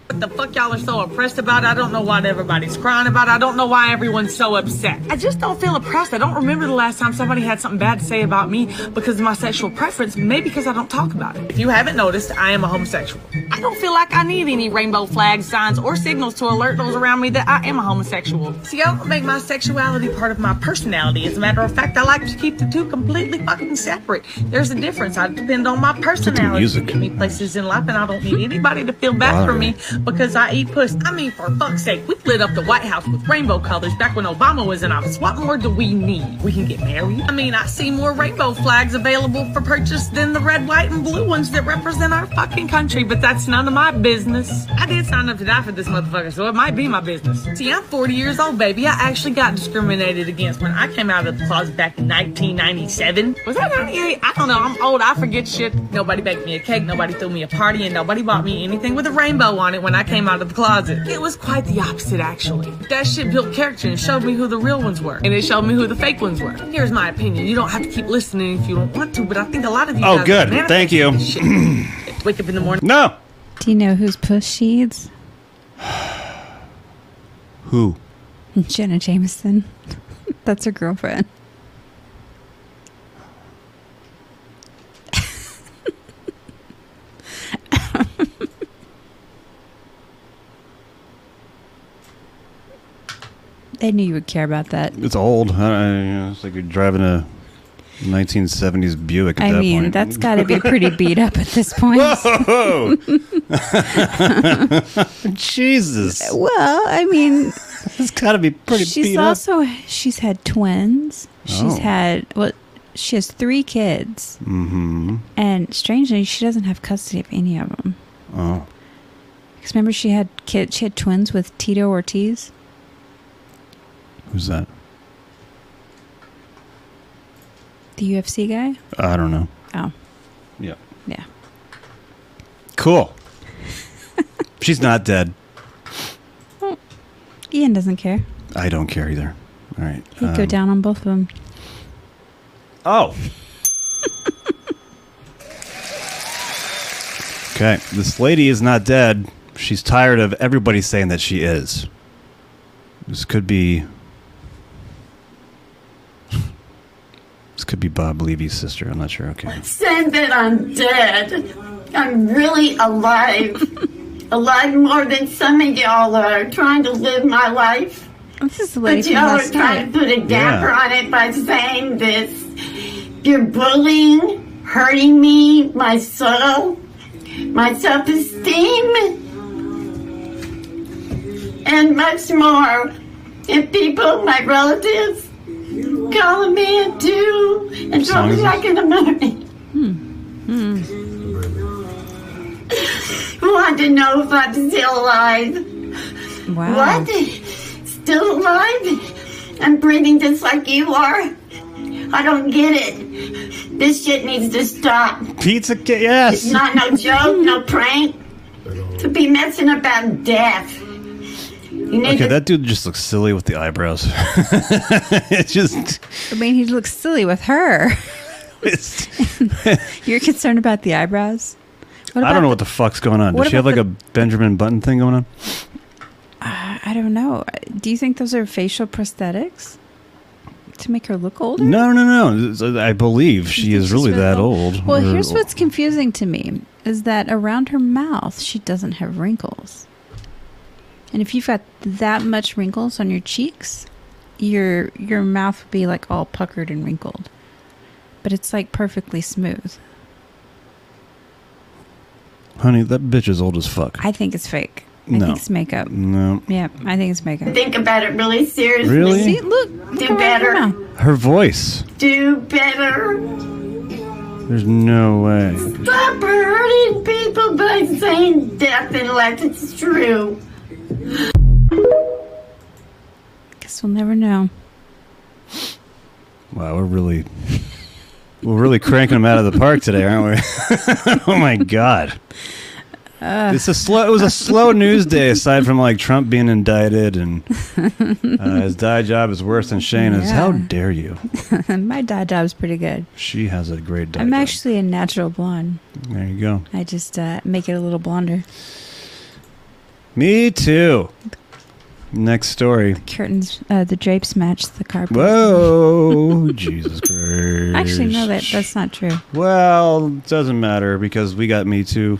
What the fuck y'all are so oppressed about? I don't know what everybody's crying about. I don't know why everyone's so upset. I just don't feel oppressed. I don't remember the last time somebody had something bad to say about me because of my sexual preference, maybe because I don't talk about it. If you haven't noticed, I am a homosexual. I don't feel like I need any rainbow flags, signs, or signals to alert those around me that I am a homosexual. See, I don't make my sexuality part of my personality. As a matter of fact, I like to keep the two completely fucking separate. There's a difference. I depend on my personality music. to get me places in life, and I don't need anybody to feel bad for me because I eat pussy. I mean, for fuck's sake, we lit up the White House with rainbow colors back when Obama was in office. What more do we need? We can get married. I mean, I see more rainbow flags available for purchase than the red, white, and blue ones that represent our fucking country, but that's none of my business. I did sign up to die for this motherfucker, so it might be my business. See, I'm 40 years old, baby. I actually got discriminated against when I came out of the closet back in 1997. Was that 98? I don't know. I'm old. I forget shit. Nobody baked me a cake. Nobody threw me a party. And nobody bought me anything with a rainbow on it when I came out of the closet. It was quite the opposite, actually. That shit built character and showed me who the real ones were. And it showed me who the fake ones were. Here's my opinion. You don't have to keep listening if you don't want to, but I think a lot of you Oh, guys good. manifest Thank you. this shit. Wake up in the morning. No. Do you know who's puss she eats? Who? Jenna Jameson. That's her girlfriend. I knew you would care about that. It's old. I, I- you know, it's like you're driving a 1970s Buick. At I that mean, point. that's got to be pretty beat up at this point. Whoa! Jesus. well, I mean, it's got to be pretty She's beat up. also she's had twins. Oh. She's had well, she has three kids, Mm-hmm. and strangely, she doesn't have custody of any of them. Oh. Because remember, she had kid, she had twins with Tito Ortiz. Who's that? The UFC guy? I don't know. Oh, Yeah. yeah. Cool. She's not dead. Ian doesn't care. I don't care either. All right. He'd go um, down on both of them. Oh. okay. This lady is not dead. She's tired of everybody saying that she is. This could be. This could be Bob Levy's sister. I'm not sure. Okay. Saying that I'm dead. I'm really alive. alive more than some of y'all are trying to live my life. This is the but lady y'all from are last trying night. to put a damper Yeah. on it by saying this. You're bullying, hurting me, my soul, my self esteem, and much more. And people, my relatives, calling me a Jew and song throwing me is Hmm. like in the money. Want to know if I'm still alive. Wow. What? Still alive? I'm breathing just like you are. I don't get it. This shit needs to stop. Pizza Ki- It's Yes. not no joke, no prank. To be messing about death. You need Okay, to that dude just looks silly with the eyebrows. it's just I mean, he looks silly with her. You're concerned about the eyebrows? What I don't about know what the fuck's going on. what Does she have about like a Benjamin Button thing going on? I don't know. Do you think those are facial prosthetics to make her look older? No, no, no. This- I believe she is really that old. Well, Or- here's what's confusing to me is that around her mouth, she doesn't have wrinkles. And if you've got that much wrinkles on your cheeks, your your mouth would be like all puckered and wrinkled. But it's like perfectly smooth. honey, that bitch is old as fuck. I think it's fake. I No. think it's makeup. No, Yeah, I think it's makeup. think about it really seriously. Really? See, look. Do better. her voice. Do better. There's no way. Stop hurting people by saying death unless it's true. Guess we'll never know. Wow, we're really, we're really cranking them out of the park today, aren't we? oh my god. Uh, It's a slow. It was a slow news day, aside from like Trump being indicted and uh, his dye job is worse than Shayna's. Yeah. How dare you? my dye job's pretty good. She has a great dye. I'm actually a natural blonde. there you go. I just uh, make it a little blonder. Me too. Next story. Curtains, uh, the drapes match the carpet. Whoa, Jesus Christ! Actually, no, that that's not true. Well, it doesn't matter because we got Me Too.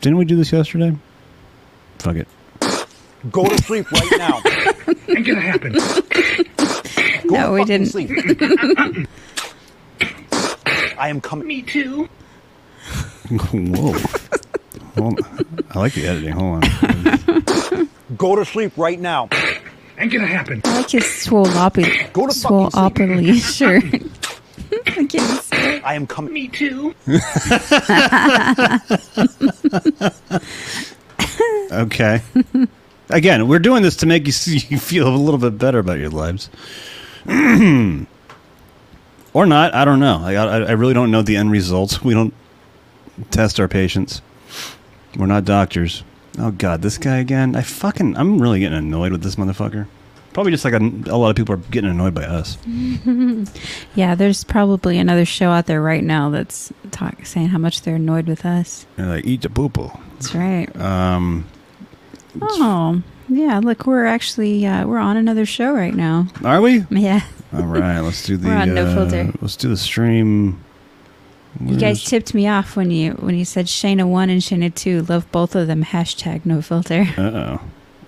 Didn't we do this yesterday? Fuck it. Go to sleep right now. Ain't gonna happen. no, we didn't. I am coming. Me too. Whoa. Hold on. I like the editing. Hold on. Go to sleep right now. Ain't gonna happen. I like his swoloppy, swolopoly shirt. I can't say it. I am coming. Me too. Okay. Again, we're doing this to make you, see, you feel a little bit better about your lives. or not. I don't know. I, I, I really don't know the end results. We don't test our patients. We're not doctors. Oh, God. This guy again. I fucking. I'm really getting annoyed with this motherfucker. Probably just like a, a lot of people are getting annoyed by us. yeah, there's probably another show out there right now that's talk, saying how much they're annoyed with us. They're like, eat the poo poo. That's right. Um, Oh, yeah. Look, we're actually uh, we're on another show right now. are we? Yeah. All right, let's do the. We're on No uh, Filter. Let's do the stream. You guys tipped me off when you when you said Shayna one and Shayna two love both of them. Hashtag no filter. Uh oh.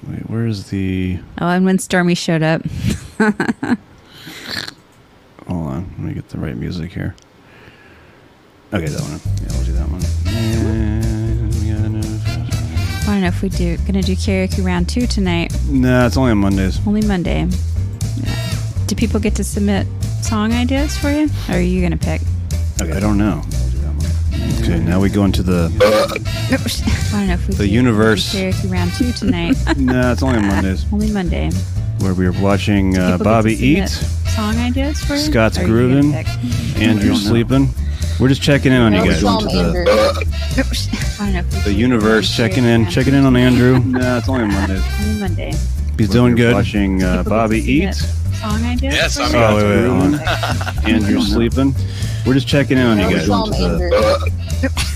Wait, where's the? Oh, and when Stormy showed up, Hold on, let me get the right music here. Okay, that one. Yeah, we'll do that one. And we got enough- I don't know if we do gonna do karaoke round two tonight. Nah, it's only on Mondays. Only Monday. Yeah. Do people get to submit song ideas for you, or are you gonna pick? Okay, I don't know. Okay, now we go into the. I don't know if we Uh, The do universe. do karaoke round two tonight. nah, it's only on Mondays Only Monday. where we're watching People uh, get to Bobby submit eat. Song ideas for you. Scott's or are you grooving. gonna pick? Andrew sleeping. We're just checking in on you No, guys. it's on Into the- I don't know if we The universe checking in, checking in on Andrew. nah, it's only on Mondays. Only Monday. He's doing good. Watching uh, Bobby eat. song I did? Yes, for I'm you? Oh, wait, wait, hold on. Andrew's sleeping. We're just checking in on you I guys. saw him angry. The,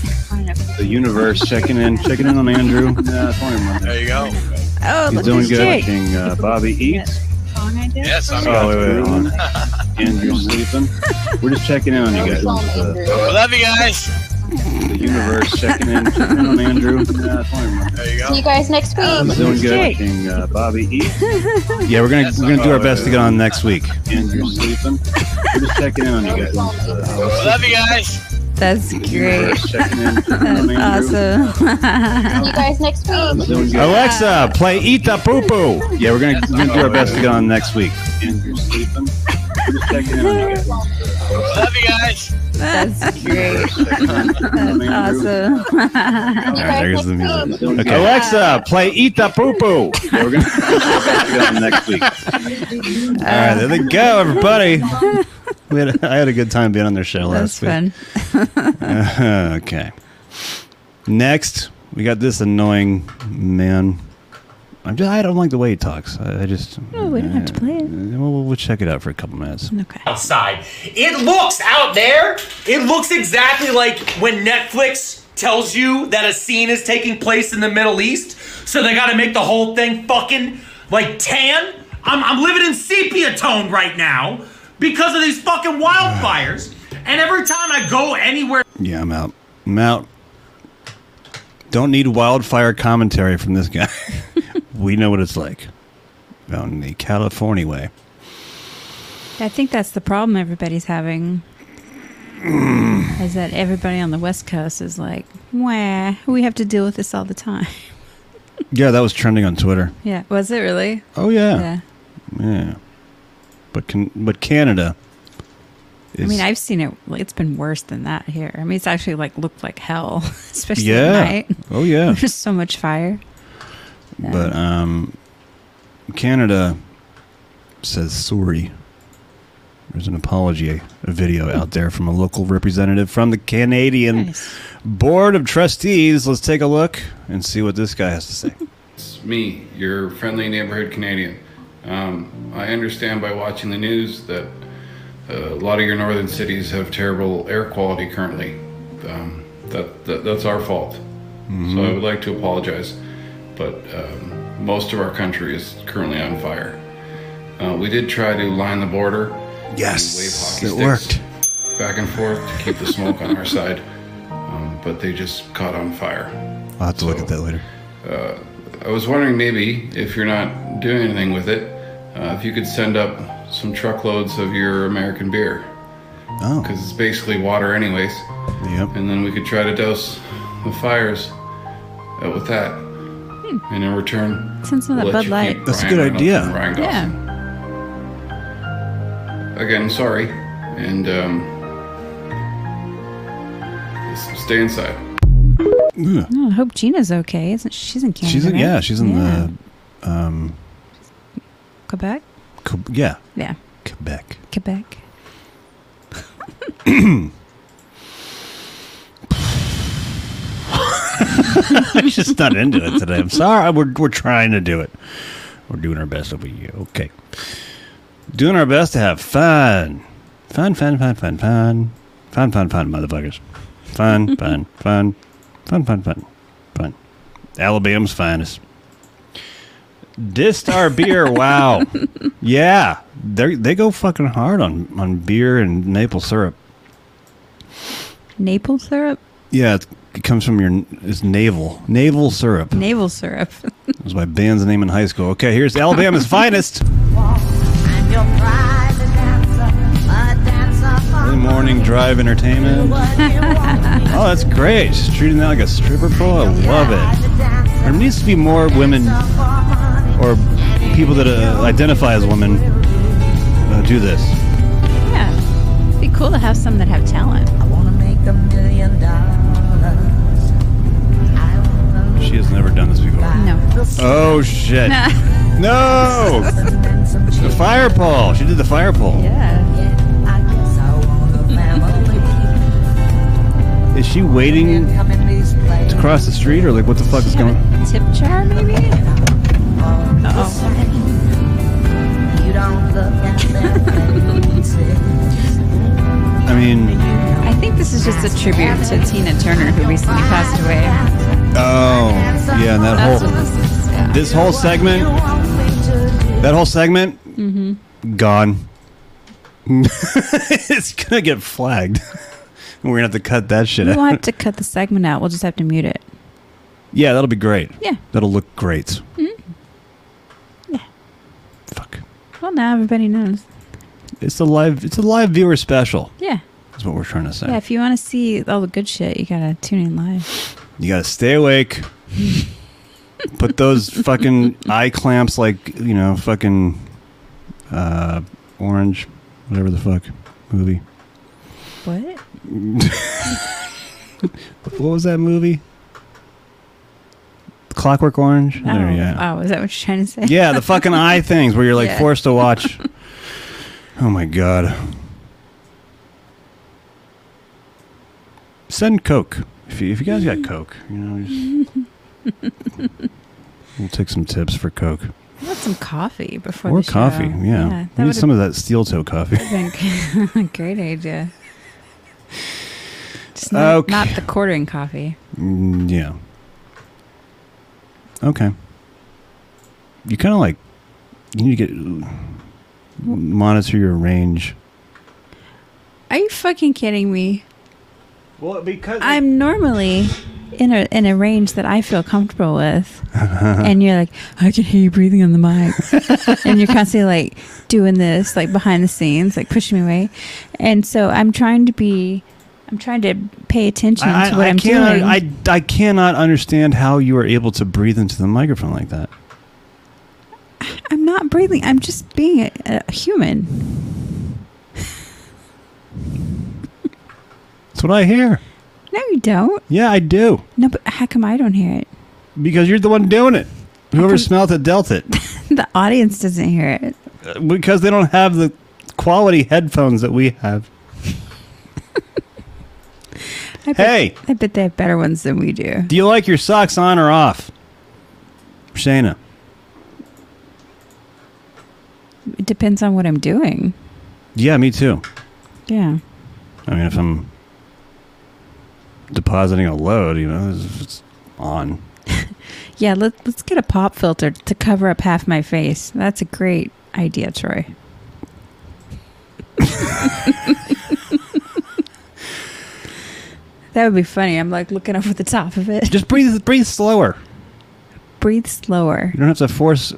the universe checking in, checking in on Andrew. Nah, it's only Monday. There you go. Oh, He's look doing at good. Jake. Watching uh, Bobby eat. Song I did? Yes, I'm Oh, wait, wait, hold on. Andrew's sleeping. We're just checking in on you guys. The, I love you guys. the universe checking in, checking in on Andrew. Nah, it's only Monday. There you go. See you guys next week. Oh, He's doing good. Watching uh, Bobby eat. Yeah, we're gonna we're gonna do our best to get on next week. Andrew's sleeping. We're just checking in on you guys. I love you guys. That's great. Universe checking in, checking in on That's Andrew. awesome. you guys next week. Alexa, play Eat the Poo Poo. Yeah, we're gonna, we're gonna do our best to get on next week. Andrew's sleeping. We're just checking in on you guys. I love you guys. That's great. That's awesome. All right, there's the music. Okay. Alexa, play Eat the Poo Poo. Yeah, we're gonna do our best to get on next week. All Uh, right, there they go, everybody. We had, I had a good time being on their show That's last week. fun. Uh, okay. Next, we got this annoying man. I'm just, I don't like the way he talks. I, I just. eh, Oh, we don't have to play it. We'll, we'll check it out for a couple minutes. Okay. outside. It looks out there, it looks exactly like when Netflix tells you that a scene is taking place in the Middle East, so they gotta make the whole thing fucking like tan. I'm, I'm living in sepia tone right now because of these fucking wildfires. And every time I go anywhere Yeah, I'm out. I'm out. Don't need wildfire commentary from this guy. we know what it's like. Out in the California way. I think that's the problem everybody's having. Is that everybody on the West Coast is like, wah, we have to deal with this all the time. Yeah, that was trending on Twitter. Yeah. Was it really? Oh yeah. Yeah. Yeah. But can but Canada I is- mean, I've seen it. like, It's been worse than that here. I mean, it's actually like looked like hell, especially Yeah. at night. Oh, yeah. There's so much fire. But um, Canada says sorry. There's an apology video Hmm. out there from a local representative from the Canadian Board of Trustees. Let's take a look and see what this guy has to say. It's me, your friendly neighborhood Canadian. Um, I understand by watching the news that uh, a lot of your northern cities have terrible air quality currently. Um, that, that that's our fault. Mm-hmm. So I would like to apologize, but um, most of our country is currently on fire. Uh, we did try to line the border. Yes, wave it hockey sticks Back and forth to keep the smoke on our side, um, but they just caught on fire. I'll have to look at that later. Uh, I was wondering maybe if you're not doing anything with it, uh, if you could send up some truckloads of your American beer. Oh. Because it's basically water, anyways. Yep. And then we could try to douse the fires uh, with that. And in return, Send some of we'll Hmm. let that Bud you Light. keep That's a Ryan good Reynolds idea. and Ryan Gosling. Yeah. Again, sorry. And um, s- stay inside. Oh, I hope Gina's okay. Isn't she's in Canada? She's in, right? yeah, she's in Yeah. the um, Quebec. Que- yeah, Yeah, Quebec. Quebec. I'm just not into it today. I'm sorry. We're, we're trying to do it. We're doing our best over you. Okay. Doing our best to have fun. Fun, fun, fun, fun, fun. Fun, fun, fun, motherfuckers. Fun, fun, fun. Fun, fun, fun. Fun. Alabama's finest. Dissed our beer. Wow. yeah. They they go fucking hard on, on beer and maple syrup. Maple syrup. Yeah, it's, it comes from your it's navel. Navel syrup. Navel syrup. It was my band's name in high school. Okay, here's Alabama's finest. Early morning drive entertainment. Oh, that's great. She's treating that like a stripper pole. I love it. There needs to be more women or people that uh, identify as women uh, do this. yeah. It'd be cool to have some that have talent. I want to make a million dollars. She has never done this before. No. Oh, shit. Nah. No! the fire pole. She did the fire pole. Is she waiting Mm. to cross the street or like what the fuck is going on? Tip jar, maybe. Uh-oh. on the fence I mean, I think this is just a tribute to Tina Turner, who recently passed away. oh yeah, and that That's whole what this is. Yeah. this whole segment, that whole segment, Mm-hmm. gone. it's gonna get flagged. We're gonna have to cut that shit We won't out. have to cut the segment out. We'll just have to mute it. Yeah, that'll be great. Yeah. that'll look great. Well, now everybody knows. It's a live. It's a live viewer special. Yeah. Is what we're trying to say. Yeah, if you want to see all the good shit, you gotta tune in live. You gotta stay awake. Put those fucking eye clamps, like you know, fucking uh, orange, whatever the fuck movie. What? What was that movie? Clockwork Orange. There, oh, yeah. oh, is that what you're trying to say? Yeah, the fucking eye things where you're like Yeah. forced to watch. Oh my god. Send Coke if you, if you guys got Coke. You know, just, we'll take some tips for Coke I want some coffee before or the show. coffee. Yeah, yeah we that need would some of that steel toe coffee. have been a great idea. Just not, Okay. not the quartering coffee. Mm, yeah. Okay. You kind of like you need to get monitor your range. Are you fucking kidding me? Well, because I'm normally in a in a range that I feel comfortable with, and you're like, I can hear you breathing on the mic, and you're constantly like doing this, like behind the scenes, like pushing me away, and so I'm trying to be, I'm trying to pay attention I, to what I am cannot, doing. I, I cannot understand how you are able to breathe into the microphone like that. I'm not breathing. I'm just being a, a human. That's what I hear. No, you don't. Yeah, I do. No, but how come I don't hear it? Because you're the one doing it. Whoever smelled it dealt it. the audience doesn't hear it. Uh, because they don't have the quality headphones that we have. I bet, Hey! I bet they have better ones than we do. Do you like your socks on or off? Shayna. It depends on what I'm doing. Yeah, me too. Yeah. I mean, if I'm depositing a load, you know, it's, it's on. Yeah, let, let's get a pop filter to cover up half my face. That's a great idea, Troy. that would be funny. I'm like looking over the top of it. Just breathe, breathe slower. Breathe slower. You don't have to force.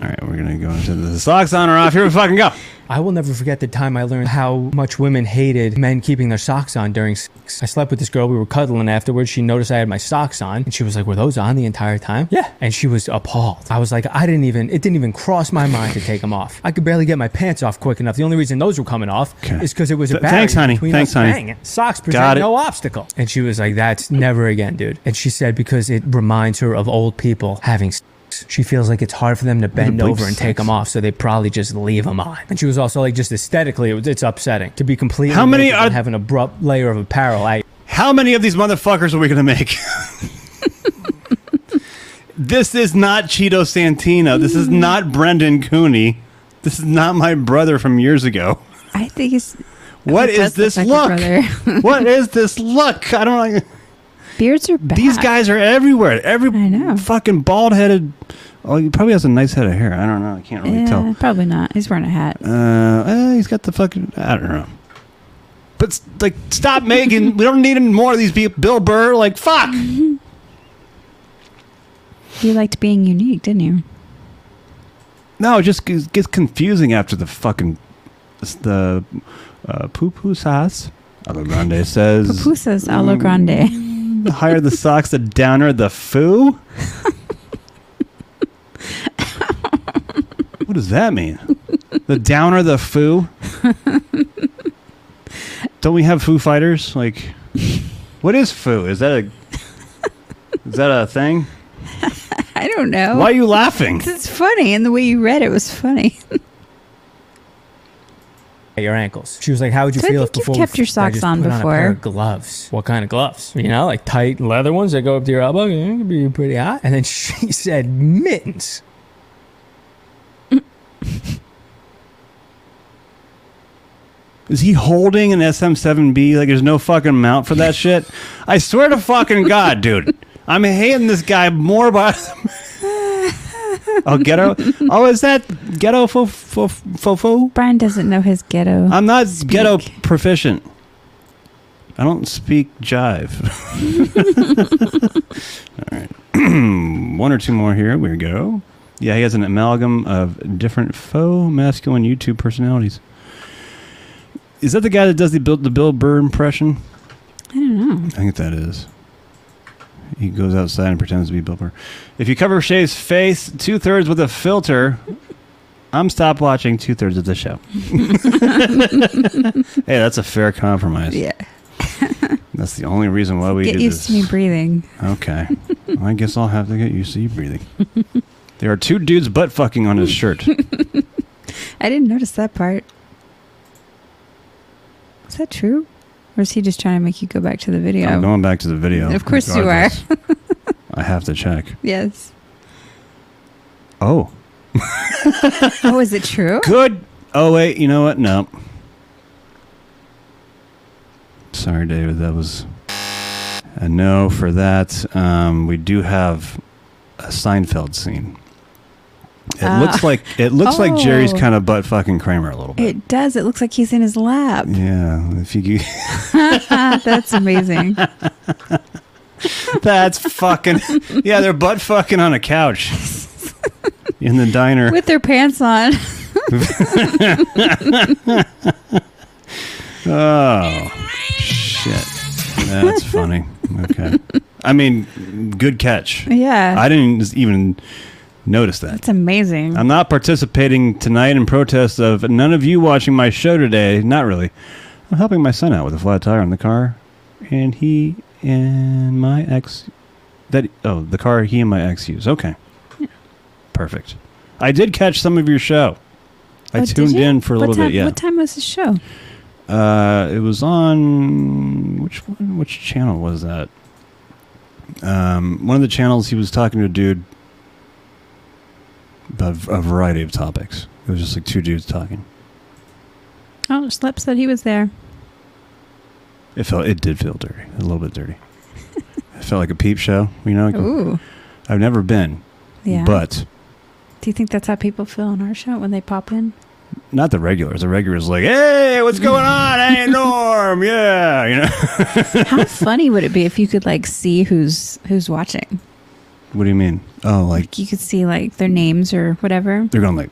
All right, we're gonna go into the socks on or off. Here we fucking go. I will never forget the time I learned how much women hated men keeping their socks on during sex. I slept with this girl. We were cuddling afterwards. She noticed I had my socks on, and she was like, "Were those on the entire time?" Yeah. And she was appalled. I was like, "I didn't even. It didn't even cross my mind to take them off. I could barely get my pants off quick enough. The only reason those were coming off is because it was a Th- barrier thanks, honey. between Thanks, us. honey. Dang it. Socks present Got it. no obstacle." And she was like, "That's never again, dude." And she said because it reminds her of old people having. Sex. She feels like it's hard for them to bend bleep over and sucks. take them off, so they probably just leave them on. And she was also like, just aesthetically, it was, it's upsetting to be completely. How many naked and are- have an abrupt layer of apparel? I How many of these motherfuckers are we gonna make? this is not Cheeto Santino. This Mm. is not Brendan Cooney. This is not my brother from years ago. I think it's. What It is does this look look? like your brother. what is this look? I don't like. Beards are bad. These guys are everywhere. Every fucking bald headed. Oh, he probably has a nice head of hair. I don't know. I can't really Yeah, tell. Eh, probably not. He's wearing a hat. Uh, eh, he's got the fucking. I don't know. But s- like, stop making. we don't need any more of these people. Bill Burr, like, fuck. You liked being unique, didn't you? No, it just g- gets confusing after the fucking s- the uh, poo poo sauce. Ala Grande says. Pupusas a la grande. "Mm, Higher the socks, the downer, the foo. what does that mean? The downer, the foo. Don't we have Foo Fighters? Like, what is foo? Is that a is that a thing? I don't know. Why are you laughing? 'Cause It's funny, and the way you read it was funny. at your ankles. She was like, "How would you Do I feel think if before you've we kept your fucked, I socks just on put a pair before?" of gloves? What kind of gloves? You know, like tight leather ones that go up to your elbow. Yeah, it could be pretty hot." And then she said, "Mittens." Is he holding an SM7B? Like, there's no fucking mount for that shit. I swear to fucking God, dude. I'm hating this guy more by. oh, ghetto. Oh, is that ghetto fo fo fo fo? Brian doesn't know his ghetto. I'm not ghetto proficient. I don't speak jive. All right. One or two more here. We go. Yeah, he has an amalgam of different faux masculine YouTube personalities. Is that the guy that does the Bill, the Bill Burr impression? I don't know. I think that is. He goes outside and pretends to be Bill Burr. If you cover Shay's face two thirds with a filter, I'm stop watching two thirds of the show. hey, that's a fair compromise. Yeah. That's the only reason why we Get do used this. to me breathing. Okay. Well, I guess I'll have to get used to you breathing. there are two dudes butt fucking on his shirt. I didn't notice that part. Is that true? Or is he just trying to make you go back to the video? I'm going back to the video. Of course you are. regardless. I have to check. yes. Oh. Oh, is it true? Good. Oh, wait. You know what? No. Sorry, David. That was a no for that. Um, we do have a Seinfeld scene. It Ah. looks like it looks like Jerry's Oh. kind of butt fucking Kramer a little bit. It does. It looks like he's in his lap. Yeah, if you That's amazing. That's fucking. Yeah, they're butt fucking on a couch in the diner. With their pants on. oh shit, that's funny. Okay, I mean, good catch. Yeah. I didn't even notice that. That's amazing. I'm not participating tonight in protest of none of you watching my show today. Not really. I'm helping my son out with a flat tire on the car, and he and my ex. That oh, the car he and my ex use. Okay, perfect. I did catch some of your show. I Oh, did tuned you? in for a What little time- bit. Yeah, What time was the show? uh, it was on which one, which channel was that? Um, one of the channels he was talking to a dude about v- a variety of topics. It was just like two dudes talking. Oh, Schlepp said he was there. It felt it did feel dirty, a little bit dirty. it felt like a peep show, you know. like a- Ooh. I've never been, Yeah. but Do you think that's how people feel on our show when they pop in? not the regulars. The regulars like, hey, what's going on? Hey, Norm, yeah, you know. How funny would it be if you could like see who's who's watching? what do you mean? Oh, like You could see like their names or whatever. they're going like.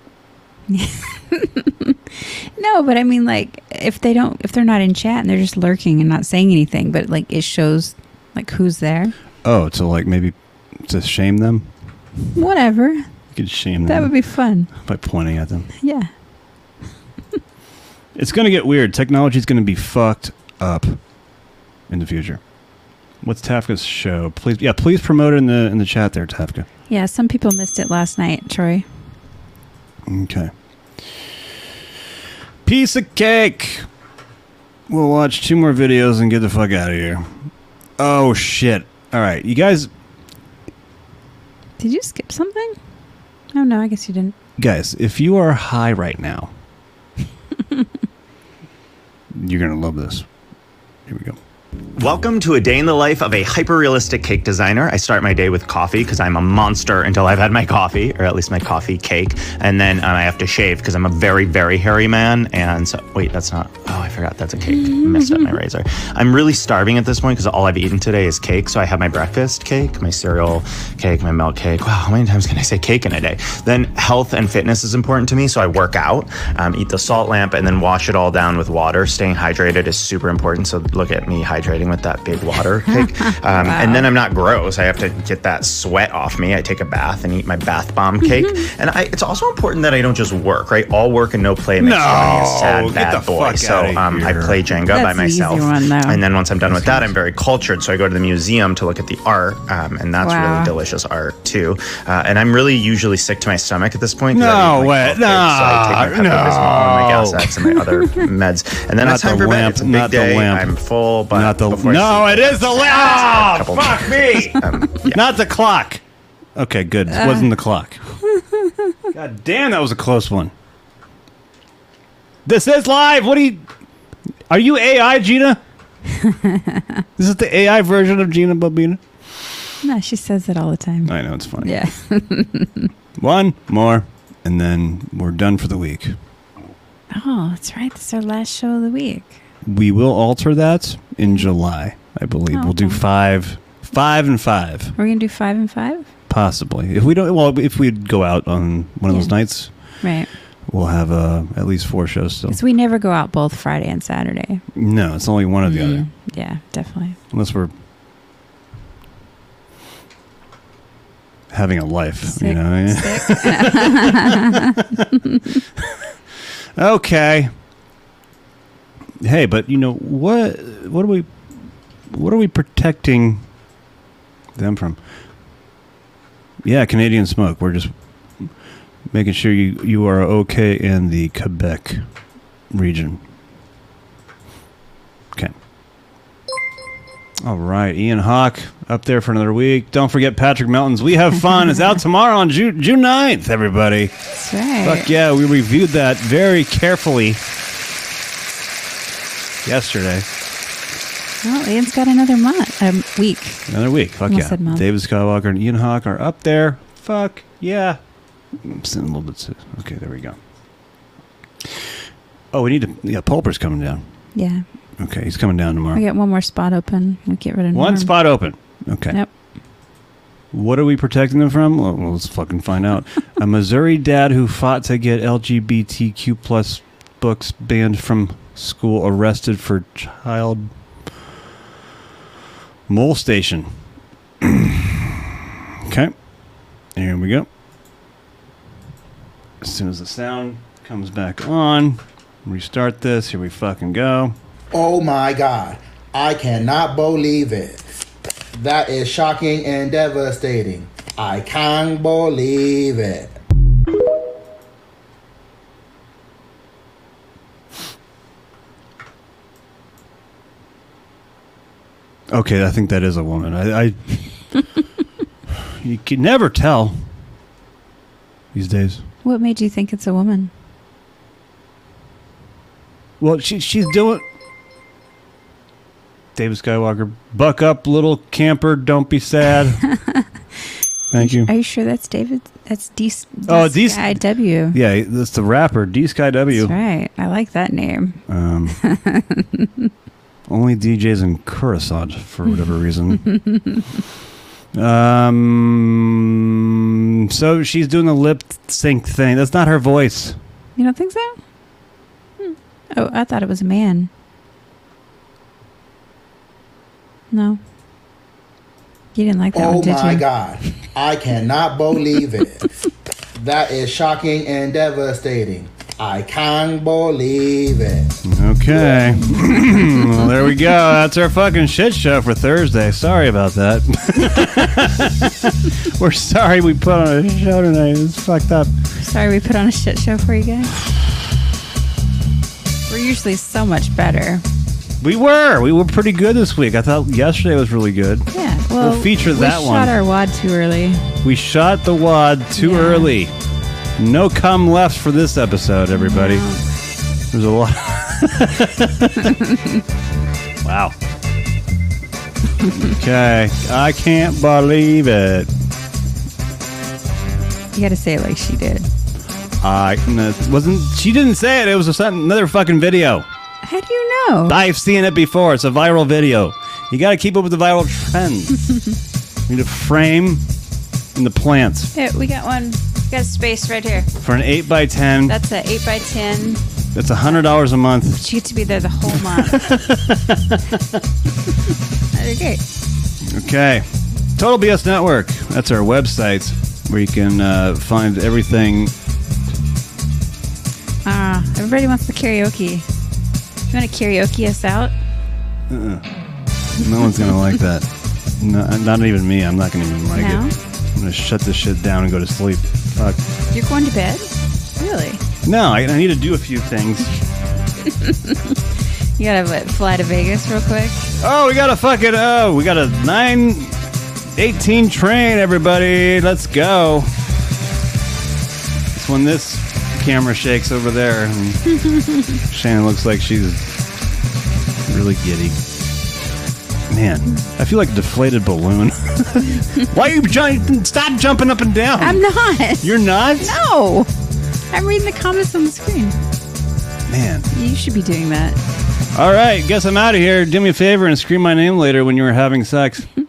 No, but I mean like if they don't if they're not in chat and they're just lurking and not saying anything, but like it shows like who's there. Oh, to like maybe to shame them. Whatever. You could shame That them would be fun. by pointing at them. Yeah. It's going to get weird. Technology's going to be fucked up in the future. What's Tafka's show? Please, yeah, please promote it in the in the chat there, Tafka. Yeah, some people missed it last night, Troy. Okay. Piece of cake. We'll watch two more videos and get the fuck out of here. Oh shit! All right, you guys, Did you skip something? Oh no, I guess you didn't. guys, if you are high right now, you're gonna love this. Here we go. Welcome to a day in the life of a hyper realistic cake designer. I start my day with coffee because I'm a monster until I've had my coffee, or at least my coffee cake. And then um, I have to shave because I'm a very, very hairy man. And so, wait, that's not. Oh, I forgot that's a cake. Messed up my razor. I'm really starving at this point because all I've eaten today is cake. So I have my breakfast cake, my cereal cake, my milk cake. Wow, how many times can I say cake in a day? Then health and fitness is important to me. So I work out, um, eat the salt lamp, and then wash it all down with water. Staying hydrated is super important. So look at me hydrating with that big water cake. Um, And then I'm not gross. I have to get that sweat off me. I take a bath and eat my bath bomb cake. Mm-hmm. and I, it's also important that I don't just work, right? All work and no play makes No, Johnny a sad get bad the boy. fuck so outta um, I here. play Jenga by That's the easy myself. one, though. and then once I'm done with that, I'm very cultured. So I go to the museum to look at the art. Um, and that's Wow. really delicious art, too. Uh, and I'm really usually sick to my stomach at this point. 'cause I No eat my way. health food, So I take my No, Pepto-Bismol and my no. Gasex and my other meds. And then Not it's time the for bed. lamp, It's a big not the day. lamp. I'm full, but Not the- before I No, sleep, it is the I lamp. have a Ah, couple fuck me. Not the clock. Okay, good. It wasn't the clock. God damn, that was a close one. This is live. What do you? Are you AI, Gina? Is it the AI version of Gina Bobina? No, she says it all the time. I know it's funny. Yeah. One more, and then we're done for the week. oh, that's right. This is our last show of the week. We will alter that in July, I believe. Oh, We'll do okay. five, five and five, We're gonna do five and five, possibly. If we don't, well, if we go out on one of those nights, right? we'll have uh, at least four shows still. Because we never go out both Friday and Saturday. No, it's only one or the other, Mm, Yeah, definitely. unless we're having a life, you know. Okay. Hey, but you know what? What are we? What are we protecting them from? Yeah, Canadian smoke. We're just making sure you you are okay in the Quebec region. Okay. All right, Ian Hawk up there for another week. Don't forget Patrick Melton's We Have Fun is out tomorrow on June, June 9th, everybody. That's right. Fuck yeah, we reviewed that very carefully yesterday. Well, Ian's got another month, um, week. Another week. Fuck Almost yeah. said month. David Skywalker and Ian Hawk are up there. Fuck yeah. I'm sitting a little bit. to- Okay, there we go. Oh, we need to. Yeah, Pulper's coming down. Yeah, Okay, he's coming down tomorrow. we got one more spot open. We get rid of One Norm. spot open. Okay. Yep. What are we protecting them from? Well, well, let's fucking find out. a Missouri dad who fought to get LGBTQ plus books banned from school arrested for child molestation. okay. Here we go. As soon as the sound comes back on, restart this. Here we fucking go. Oh my God. I cannot believe it. That is shocking and devastating. I can't believe it. Okay, I think that is a woman. I, I you can never tell these days. What made you think it's a woman? Well, she she's doing. David Skywalker, buck up, little camper. Don't be sad. Thank you. Are you sure that's David? That's D. Oh, D- I W. Yeah, that's the rapper D Sky W. That's right. I like that name. Um, only DJs in Coruscant for whatever reason. Um. So she's doing the lip sync thing. That's not her voice. You don't think so? Hmm. Oh, I thought it was a man. No. You didn't like that one, Oh did my you? God. I cannot believe it. that is shocking and devastating. I can't believe it. Okay. well, there we go. That's our fucking shit show for Thursday. Sorry about that. We're sorry we put on a show tonight. It's fucked up. Sorry we put on a shit show for you guys. We're usually so much better. We were. We were pretty good this week. I thought yesterday was really good. Yeah. Well, we'll feature that we one. shot our wad too early. we shot the wad too early. No cum left for this episode, everybody. There's a lot. wow. Okay. I can't believe it. You got to say it like she did. I no, it wasn't. She didn't say it. It was a, sudden- another fucking video. How do you know? I've seen it before. It's a viral video. You got to keep up with the viral trends. you need a frame and the plants Here, we got one. We got a space right here. for an eight by ten. That's a eight by ten. That's a hundred dollars a month. But you get to be there the whole month. That'd be great. Okay. Total BS Network. That's our website where you can uh, find everything. Ah, everybody wants the karaoke. You want to karaoke us out? Uh-uh. No one's gonna like that. No, not even me. I'm not gonna even like No? it. I'm gonna shut this shit down and go to sleep. Fuck. You're going to bed? Really? No, I, I need to do a few things. You gotta what, fly to Vegas real quick. Oh, we got a fucking oh, we got a nine eighteen train, everybody. Let's go. It's when this camera shakes over there. And Shannon looks like she's really giddy. Man, I feel like a deflated balloon. Why are you jumping? Stop jumping up and down. I'm not. You're not? No. I'm reading the comments on the screen. Man. You should be doing that. All right, guess I'm out of here. Do me a favor and scream my name later when you were having sex. I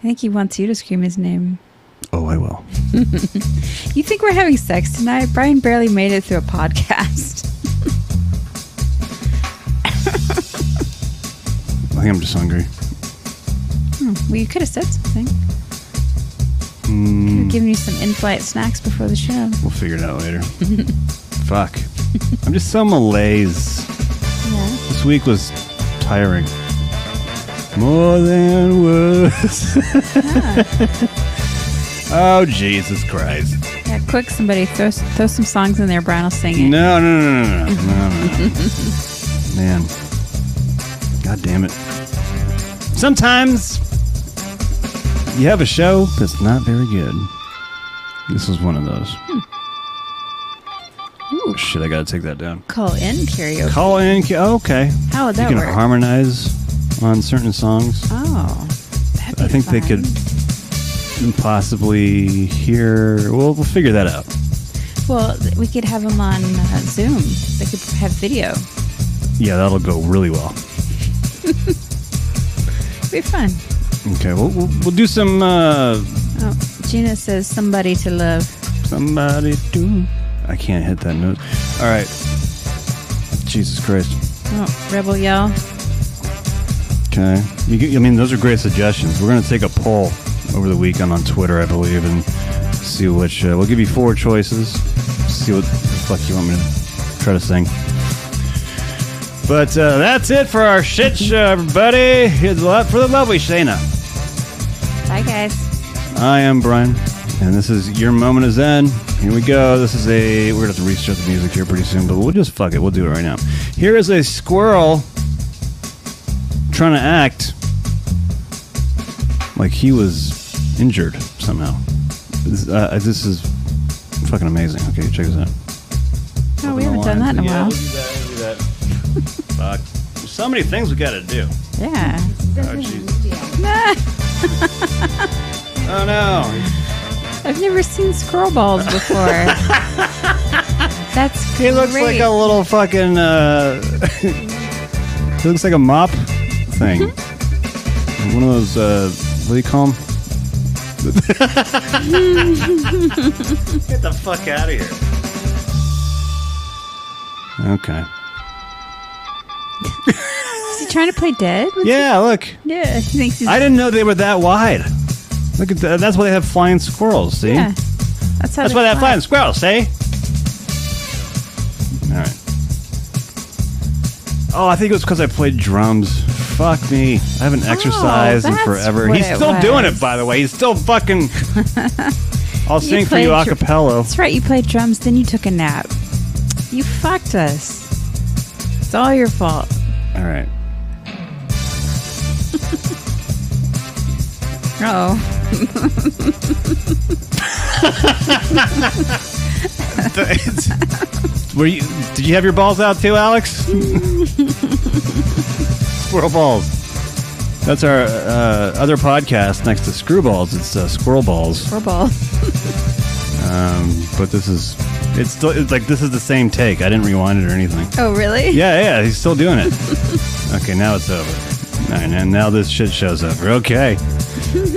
think he wants you to scream his name. oh, I will. You think we're having sex tonight? Brian barely made it through a podcast. I think I'm just hungry. Hmm. Well, you could have said something. Could have Mm, given you some in-flight snacks before the show. we'll figure it out later. Fuck. I'm just so malaise. Yeah. This week was tiring. More than words. oh, Jesus Christ. Yeah, quick, somebody throw throw some songs in there. Brian will sing it. No, no, no, no, no, no, no, no. Man. God damn it. Sometimes you have a show that's not very good. This was one of those. Shit, I gotta take that down. Hmm. Call in karaoke. Call in. ca- oh, Okay. How would that you can work? harmonize on certain songs. Oh, I think they could possibly hear. Well, we'll figure that out. well, th- we could have them on uh, Zoom. They could have video. Yeah, that'll go really well. Be fun. Okay, we'll we'll, we'll do some uh, Oh, Gina says somebody to love. somebody do. I can't hit that note. All right. Jesus Christ. Oh, Rebel Yell. Okay. You, get- I mean, those are great suggestions. We're gonna take a poll over the weekend on Twitter, I believe, and see which. Uh, we'll give you four choices. See what the fuck you want me to try to sing. But uh, that's it for our shit show, everybody. Here's a lot for the lovely Shayna. Bye, guys. I am Brian, and this is your moment of zen. Here we go. This is a we're gonna have to restart the music here pretty soon, but we'll just fuck it. We'll do it right now. Here is a squirrel trying to act like he was injured somehow. This, uh, this is fucking amazing. Okay, check this out. Oh, we haven't Open the done that in a lines. Yeah, while. we'll do that, we'll do that. Fuck. There's so many things we gotta do. Yeah. Oh, jeez. Oh no. I've never seen squirrel balls before. That's He looks great. like a little fucking. Uh, he looks like a mop thing. One of those. Uh, what do you call them? Get the fuck out of here. Okay. Is he trying to play dead? Yeah, look. Yeah, he thinks he's. I didn't know they were that wide. Look at that. That's why they have flying squirrels. See. Yeah. That's how. That's they why they have fly. flying squirrels. See. All right. Oh, I think it was because I played drums. Fuck me. I haven't exercised in Oh, that's forever. what He's it still doing was. it, by the way. He's still fucking. I'll You sing for played you a dr- cappella. That's right. You played drums, then you took a nap. You fucked us. It's all your fault. All right. Oh. Were you? Did you have your balls out too, Alex? Squirrel balls. That's our uh, other podcast next to Screwballs. It's uh, Squirrel Balls. Squirrel balls. Um, but this is. It's still it's like this is the same take. I didn't rewind it or anything. Oh, really? Yeah, yeah, he's still doing it. okay, now it's over. All right, and now this shit shows over. Okay.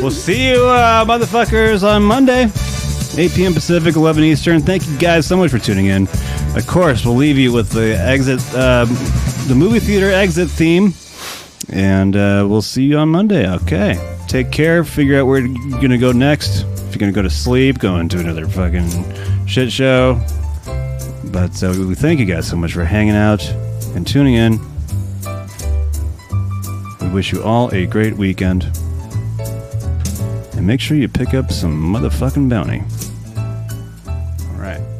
we'll see you, uh, motherfuckers, on Monday, 8 p.m. Pacific, 11 Eastern. Thank you guys so much for tuning in. Of course, we'll leave you with the exit, um, the movie theater exit theme, and uh, we'll see you on Monday. Okay. Take care. Figure out where you're going to go next. If you're going to go to sleep, go into another fucking shit show. But uh, we thank you guys so much for hanging out and tuning in. We wish you all a great weekend. And make sure you pick up some motherfucking bounty. All right.